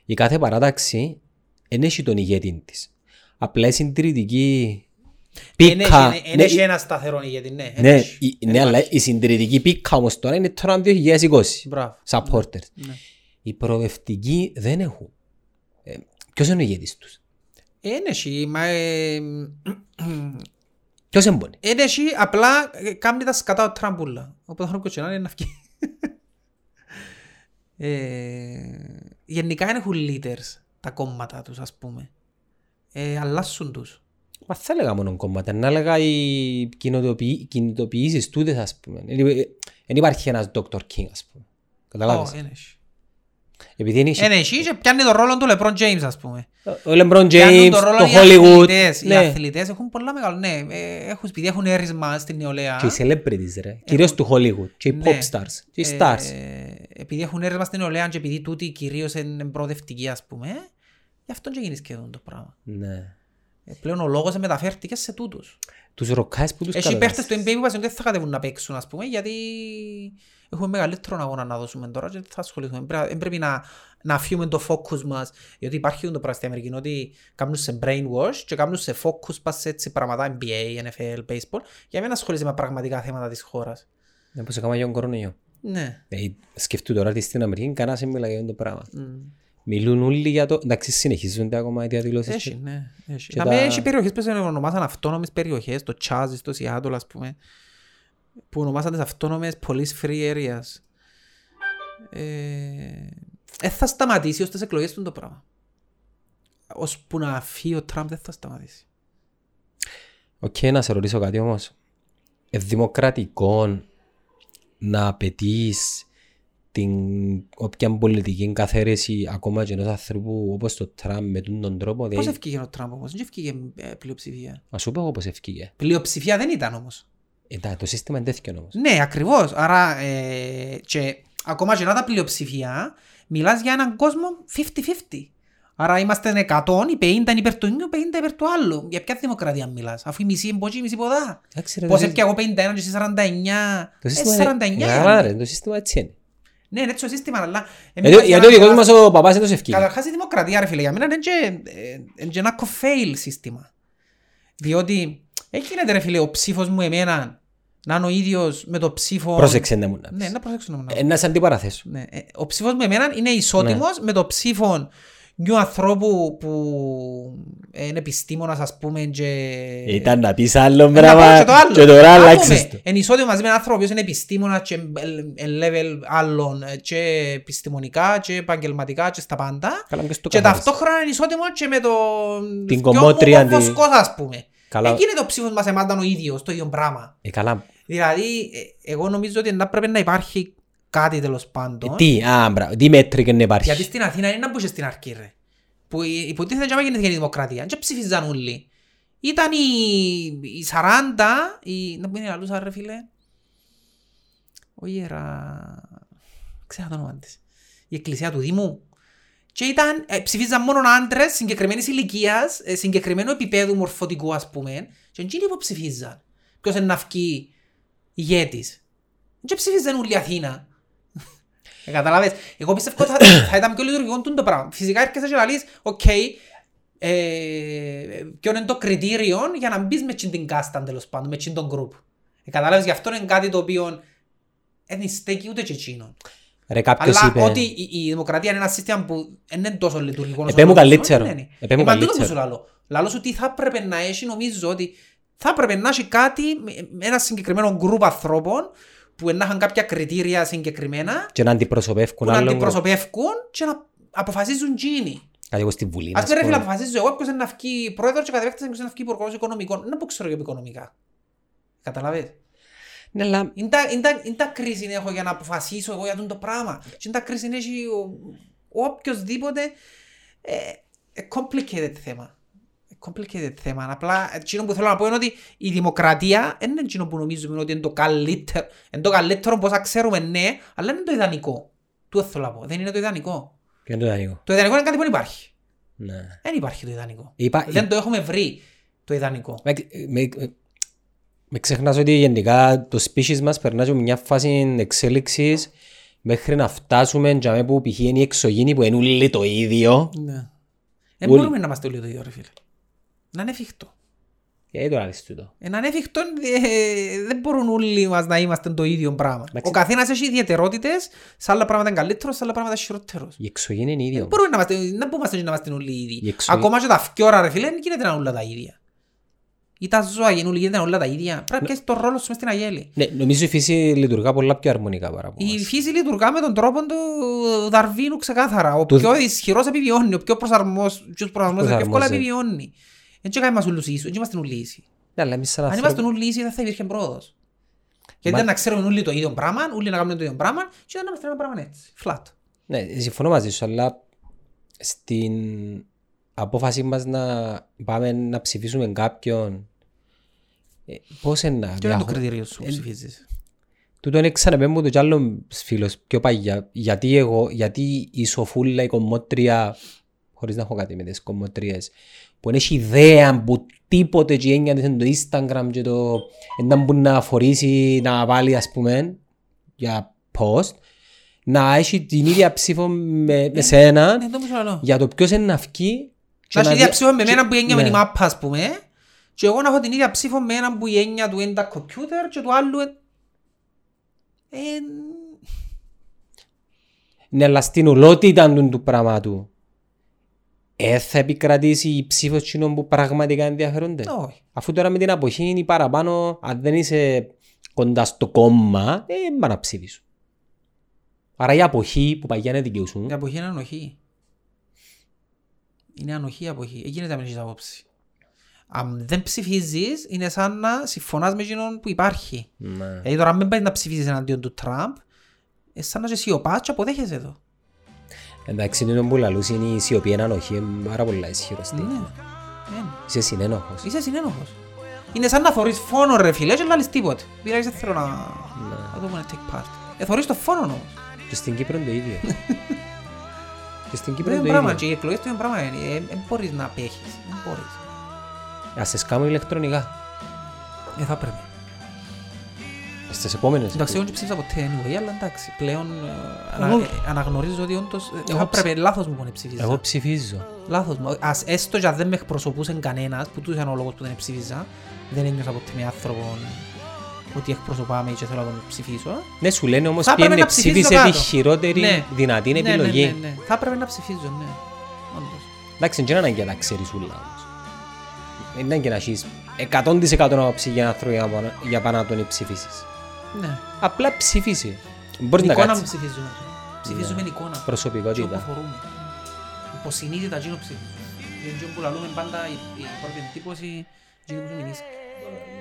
B: η κάθε παράταξη δεν έχει τον ηγέτη της. Απλά η συντηρητική
A: Εν έχει-
B: πίκα...
A: Ε, εν- εν
B: ναι,
A: έχει
B: η-
A: ένα σταθερό ηγέτη, ναι. εν
B: ναι,
A: έχει.
B: η- ναι, αλλά η συντηρητική πίκα όμως τώρα είναι τώρα 2020.
A: Μπράβο.
B: supporters.
A: Ναι.
B: Οι προοδευτικοί δεν έχουν. Ε, Ποιος είναι ο ηγέτης τους,
A: Εν έχει, μα... ε,
B: Ποιος έμπονε.
A: Εν έχει, απλά ε, κάνει τα σκατά ο τραμπούλα. Οπότε θα κοτσινά είναι να βγει. Ε, Γενικά δεν έχουν leaders τα κόμματα τους, ας πούμε. Ε, αλλάσουν τους.
B: Μα θα έλεγα μόνο κόμματα, να έλεγα οι κινητοποιήσεις τούτες, ας πούμε. Δεν υπάρχει ένας Dr. King, ας πούμε. Καταλάβες.
A: Ω, ε, ναι. εν έχει.
B: Επειδή είναι.
A: Εν έχει και πιάνει τον ρόλο του LeBron James, ας πούμε.
B: Ο LeBron James,
A: Πιάνουν τον
B: το
A: ρόλο οι
B: Hollywood.
A: αθλητές. Οι
B: Ναι.
A: αθλητές έχουν πολλά μεγάλο. Ναι, ε, έχουν, επειδή έχουν έρισμα στην νεολαία.
B: Και οι celebrities, ρε. Κυρίως του Hollywood. Και οι
A: Ε, Ναι.
B: pop stars. Και οι stars.
A: Ε, επειδή έχουν έρευνα στην νεολαία και επειδή τούτοι κυρίως είναι προοδευτικοί ας πούμε, γι' αυτό και γίνεις σχεδόν το πράγμα.
B: Ναι.
A: Ε, πλέον ο λόγος μεταφέρθηκε σε τούτους.
B: Τους ροκάς που τους
A: Έχει παίχτες του
B: καταδάσεις.
A: NBA που είπαν ότι δεν θα κατεβούν να παίξουν ας πούμε, γιατί έχουμε μεγαλύτερο αγώνα να δώσουμε τώρα και δεν θα ασχοληθούμε. Πρέ- Δεν πρέπει να, να αφιούμε το focus μας, γιατί υπάρχει το πράγμα στην Αμερική, ότι κάνουν σε brainwash και κάνουν σε focus πας σε έτσι πράγματα NBA, NFL, baseball, για να μην ασχολείσαι με πραγματικά θέματα της χώρας.
B: Ναι, πως έκανα για τον κορονοϊό.
A: Ναι.
B: Ε, Σκεφτού τώρα ότι στην Αμερική κανένας δεν μιλάει για αυτό το πράγμα.
A: Μμ.
B: Μιλούν όλοι για το... Εντάξει, συνεχίζονται ακόμα οι διαδηλώσεις.
A: Έχει, ναι. Έχει.
B: και
A: Να με
B: τα-
A: έχει περιοχές που σε ονομάσαν αυτόνομες περιοχές, το Τσάζι, το Σιάτολ, ας πούμε, που ονομάσαν τις αυτόνομες police free areas. Ε, ε, θα σταματήσει ως τις εκλογές του το πράγμα. Ώσπου να φύγει ο Τραμπ δεν θα σταματήσει.
B: Οκ, να σε ρωτήσω κάτι όμως. Ε, δημοκρατικό να απαιτείς την όποια πολιτική καθαίρεση ακόμα και ενός ανθρώπου όπως το Τραμπ με τον τον τρόπο.
A: Πώς
B: Δηλαδή,
A: ευκήγε ο Τραμπ όμως, δεν ευκήγε ε, πλειοψηφία.
B: Ας σου πω εγώ πώς ευκήγε.
A: Πλειοψηφία δεν ήταν όμως.
B: Ε, τα- το σύστημα είναι τέτοιο όμως.
A: Ναι, ακριβώς. Άρα, ε, και, ακόμα και να τα πλειοψηφία, μιλάς για έναν κόσμο 50-50. Άρα είμαστε 100, οι 50 είναι υπέρ του νιου, 50 υπέρ του άλλου. Για ποια δημοκρατία μιλάς, αφού η μισή είναι πότσι, η μισή ποδά.
B: Εντάξει, ρε,
A: Πώς
B: Ναι, το
A: έπια εγώ 51 και εσύ 49. Ε,
B: Το σύστημα, είναι...
A: 49.
B: Άρα, ρε, το σύστημα έτσι είναι.
A: Ναι, είναι έτσι το σύστημα, αλλά...
B: Γιατί,
A: εμείς
B: γιατί ο δικός
A: καταρχάς-
B: μας ο παπάς δεν το ευκήγε.
A: Καταρχάς η δημοκρατία, ρε φίλε, για μένα είναι και- ε, είναι και ένα κοφέιλ σύστημα. Διότι, έγινε ρε φίλε, ο ψήφος μου εμένα να είναι ο ίδιος με το ψήφο...
B: Πρόσεξε να μου να
A: Ναι,
B: πεις.
A: να προσέξω να μου να
B: Ε, Να σε αντιπαραθέσω.
A: ναι. Ε, Ο ψήφος μου εμένα είναι ισότιμος
B: Ναι.
A: με το ψήφο νιου ανθρώπου που ε, είναι επιστήμονας, ας πούμε. Και...
B: Ήταν να πεις άλλο
A: Ε, να πάω
B: πράγμα
A: και το άλλο.
B: Ε, και τώρα
A: Άκουμε,
B: αλλάξεις το.
A: Είναι ισότιμο μαζί με έναν άνθρωπο που είναι επιστήμονας και ε, level άλλων ε, και επιστημονικά και επαγγελματικά και στα πάντα.
B: Καλά, ποιος το
A: Και
B: καθάρισε.
A: ταυτόχρονα είναι ισότιμο και με το
B: Την κομμότρια τη-
A: ας πούμε.
B: Καλά.
A: Εκεί είναι το ψήφος μας εμάς ήταν ο ίδιος, το ίδιο πράγμα.
B: Ε, Καλά,
A: Δηλαδή, ε, εγώ νομίζω ότι να πρέπει να υπάρχει κάτι τέλος
B: Ε,
A: πάντων.
B: Τι, α, μπράβο, τι μέτρη και να υπάρχει.
A: Γιατί στην Αθήνα είναι να μπούσε στην αρχή ρε. Που η- υποτίθεται και άμα γεννήθηκε η δημοκρατία. Και ψηφίζαν όλοι. Ήταν οι, οι 40, οι... να μην είναι αλλούς ρε φίλε. Ο ιερά... Ξέρω το όνομα της. Η εκκλησία του Δήμου. Και ήταν, ε, ψηφίζαν μόνο άντρες συγκεκριμένης ηλικίας, ε, συγκεκριμένου επίπεδου μορφωτικού ας πούμε. Και εκείνοι που ψηφίζαν. Ποιος είναι να βγει ηγέτης. Και ψηφίζαν όλη η Αθήνα. Ε, Καταλάβες, εγώ πιστεύω ότι θα, <coughs> θα ήταν πιο λειτουργικό τούτο το πράγμα. Φυσικά έρχεσαι και λαλείς, οκ, ε, ποιο είναι το κριτήριο για να μπεις μες τσιν την κάστα τέλος πάντων, μες τσιν τον γκρουπ. Ε, Καταλάβες, γι' αυτό είναι κάτι το οποίο δεν στέκει ούτε και εκείνο.
B: Ρε κάποιος
A: Αλλά
B: είπε...
A: ότι η, η δημοκρατία είναι ένα σύστημα που δεν είναι τόσο λειτουργικό. όσο
B: Επέ Ε, μου
A: το
B: καλύτερο.
A: είναι.
B: Επέ μου
A: Ε, μα τούτο που
B: καλύτερο.
A: σου λαλώ. Λαλώ σου ότι θα έπρεπε να έχει, νομίζω ότι θα έπρεπε να έχει κάτι με- με ένα συγκεκριμένο γκρουπ ανθρώπων που να είχαν κάποια κριτήρια συγκεκριμένα
B: Και να αντιπροσωπεύουν
A: που να
B: άλλον.
A: αντιπροσωπεύκουν και να αποφασίζουν τζίνοι.
B: Κάτι εγώ στη Βουλή.
A: Ας
B: ας
A: πούμε ρε
B: πούμε.
A: φίλε, αποφασίζω εγώ ποιος είναι να βγει πρόεδρος και κατεβέκτης ποιος είναι να βγει υπουργός οικονομικών. Να που ξέρω για οικονομικά. Καταλαβες.
B: Ναι, αλλά
A: Είναι τα- είναι τα- είναι τα κρίση έχω για να αποφασίσω εγώ για τούτο το πράγμα. Και είναι τα κρίση έχει ο, ο οποιοδήποτε. Ε, ε, complicated θέμα. Ε, complicated θέμα. Απλά, ε, εκείνο που θέλω να πω είναι ότι η δημοκρατία δεν είναι εκείνο που νομίζουμε ότι είναι το καλύτερο. Είναι το καλύτερο πως ξέρουμε, ναι, αλλά δεν είναι το ιδανικό. Του θέλω να πω. Δεν είναι το ιδανικό.
B: ποιο είναι το ιδανικό.
A: Το ιδανικό είναι κάτι που δεν υπάρχει.
B: Ναι.
A: Δεν υπάρχει το ιδανικό.
B: Είπα,
A: Δεν το έχουμε βρει το ιδανικό.
B: με, με, με ξεχνάς ότι γενικά το species μας περνά από μια φάση εξέλιξης μέχρι να φτάσουμε για μέ που π.χ. είναι οι εξωγήινοι που είναι όλοι το ίδιο.
A: Ναι. Δεν
B: Όλοι.
A: μπορούμε να είμαστε όλοι το ίδιο, ρε φίλε. Να είναι εφικτό.
B: Γιατί το λάβεις Ε, τούτο.
A: Εν ανέφικτο ε, δεν μπορούν όλοι μας να είμαστε το ίδιο πράγμα.
B: Εντάξει.
A: Ο καθένας έχει ιδιαιτερότητες, σε άλλα πράγματα είναι καλύτερος, σε άλλα πράγματα είναι χειρότερος.
B: Οι εξωγήινοι είναι ίδιο.
A: Δεν μπορούμε να είμαστε, να πούμε να είμαστε όλοι οι
B: Η
A: ίδιοι.
B: εξω-
A: Ακόμα και τα φκιόρα ρε φίλε, δεν γίνεται να είναι όλα τα ίδια. Ή τα ζώα γεννούλοι γίνεται να είναι όλα τα ίδια. Πρέπει να πιέσεις το ρόλο σου μες στην αγέλη.
B: Ναι, νομίζω η φύση λειτουργά πολλά πιο αρμονικά παρά από
A: Η
B: μας.
A: φύση λειτουργά με τον τρόπο του Δαρβίνου ξεκάθαρα. Ο
B: Του-
A: πιο ισχυρός επιβιώνει, ο πιο προσαρμός, ποιος προσαρμόζεται πιο εύκολα
B: Προσαρμόζεται.
A: επιβιώνει. Δεν και κάνουμε μας ούλους ίσους, δεν είμαστε ούλοι ίσοι.
B: Ναι, αλλά εμείς σαν
A: Αν
B: άνθρωποι-
A: ήμασταν όλοι ίσοι δεν θα υπήρχε πρόοδος.
B: Μα-
A: Γιατί ήταν να ξέρουμε όλοι το ίδιο πράγμα, όλοι να κάνουμε το ίδιο πράγμα και ήταν να είμαστε ένα πράγμα έτσι, flat.
B: Ναι, συμφωνώ μαζί σου, αλλά στην απόφαση μας να πάμε να ψηφίσουμε κάποιον ε, πώς είναι να
A: Και είναι το
B: διαχω-
A: κριτήριο σου που ψηφίζεις.
B: Τούτο είναι ξαναπέμπω το κι άλλον φίλος πιο παγιά. Γιατί εγώ, γιατί η σοφούλα, η κομμότρια, χωρίς να έχω κάτι με τις κομμότριες, που δεν έχει ιδέα που τίποτε και έννοια της είναι το Instagram και το να μπορεί να φορήσει, να βάλει ας πούμε, για post, να έχει την ίδια ψήφο με, με σένα
A: Ναι, το μισό λαλό.
B: για το ποιος είναι να βγει
A: Να
B: και
A: έχει
B: δια-
A: ίδια ψήφο με
B: και-
A: εμένα που έννοια με
B: ναι.
A: τη μάπα, ας πούμε, και εγώ να έχω την ίδια ψήφο με έναν που η έννοια του είναι τα κομπιούτερ και του άλλου είναι- Ε,
B: Ναι, αλλά στην ολότητα του, του πράγματου. Ε, θα επικρατήσει η ψήφος κοινών που πραγματικά ενδιαφέρονται.
A: όχι.
B: Αφού τώρα με την αποχή είναι παραπάνω, αν δεν είσαι κοντά στο κόμμα, ε, μα να ψήφεις. Άρα η αποχή που παγιά είναι δικαιούσουν.
A: Η αποχή είναι ανοχή. Είναι ανοχή η αποχή. Εκείνη τα μείνεις απόψη. Αν δεν ψηφίζεις, είναι σαν να συμφωνάς με εκείνον που υπάρχει.
B: Ναι.
A: Δηλαδή τώρα μην πάει να ψηφίσεις εναντίον του Τραμπ, ε, σαν να είσαι σιωπάς και αποδέχεσαι εδώ.
B: Εντάξει, είναι που λαλούς είναι η σιωπή έναν όχι, είναι πάρα πολλά ισχυρός.
A: Ναι.
B: Ναι.
A: Ναι.
B: Είσαι συνένοχος.
A: Είσαι συνένοχος. Είναι σαν να θωρείς φόνο ρε φίλε και να λες τίποτε. Δηλαδή δεν θέλω να... να το πω να take part. Ε, θωρείς το φόνο όμως.
B: Και στην Κύπρο είναι το ίδιο. και στην Κύπρο
A: Το ίδιο
B: είναι το
A: Ναι. πράγμα και
B: ίδιο.
A: οι εκλογές το ίδιο πράγμα είναι. Ε, Δεν μπορείς να απέχεις. Δεν μπορείς.
B: Ας σε σκάμε ηλεκτρονικά.
A: Ε, θα πρέπει.
B: Στις επόμενες.
A: Εντάξει, εγώ δεν ψήφισα ποτέ anyway, αλλά εντάξει, πλέον ε, ανα-
B: Εγώ-
A: ε, αναγνωρίζω ότι όντως ε,
B: Εγώ
A: θα
B: ψη-
A: πρέπει, λάθος μου που δεν ψήφισα.
B: Εγώ ψηφίζω.
A: Λάθος μου. Ας, έστω και αν δεν με εκπροσωπούσε κανένας, που τούτος ήταν ο λόγος που δεν ψήφισα, δεν ένιωσα ποτέ με άνθρωπο ότι εκπροσωπάμε και θέλω να τον ψηφίσω.
B: Ναι, σου λένε όμως
A: Θα
B: πιένε
A: έπρεπε να ψηφίζω
B: ψήφισε τη
A: κάτω.
B: χειρότερη
A: Ναι.
B: δυνατή
A: ναι, Ναι,
B: επιλογή.
A: ναι, ναι. Θα έπρεπε να ψηφίζω, ναι. Όντως.
B: Εντάξει, δεν είναι ανάγκη να τα ξέρεις ούλα όμως. Δεν είναι ανάγκη να έχεις 100% άποψη για έναν άνθρωπο για να πάνα- για πάνω να τον ψηφίσεις.
A: Ναι.
B: Απλά ψήφισε.
A: Την
B: Μπορείς να
A: εικόνα μου
B: κάτσεις Ναι.
A: ψηφίζουμε. Ψηφίζουμε την εικόνα. Τζιόν που
B: προσωπικότητα.
A: φορούμε. Υποσυνείδητα τζίνο ψηφίζουμε. Είναι τζιόν που λαλούμε πάντα η, η πρώτη εντύπωση τζίνο που μηνύσει.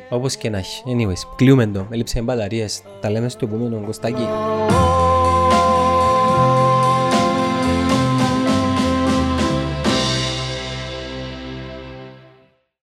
B: Όπως και να έχει. Anyways, κλείουμε το. Έλειψαν οι μπαταρίες. Τα λέμε στο επόμενο Κωστάκι.
D: Oh,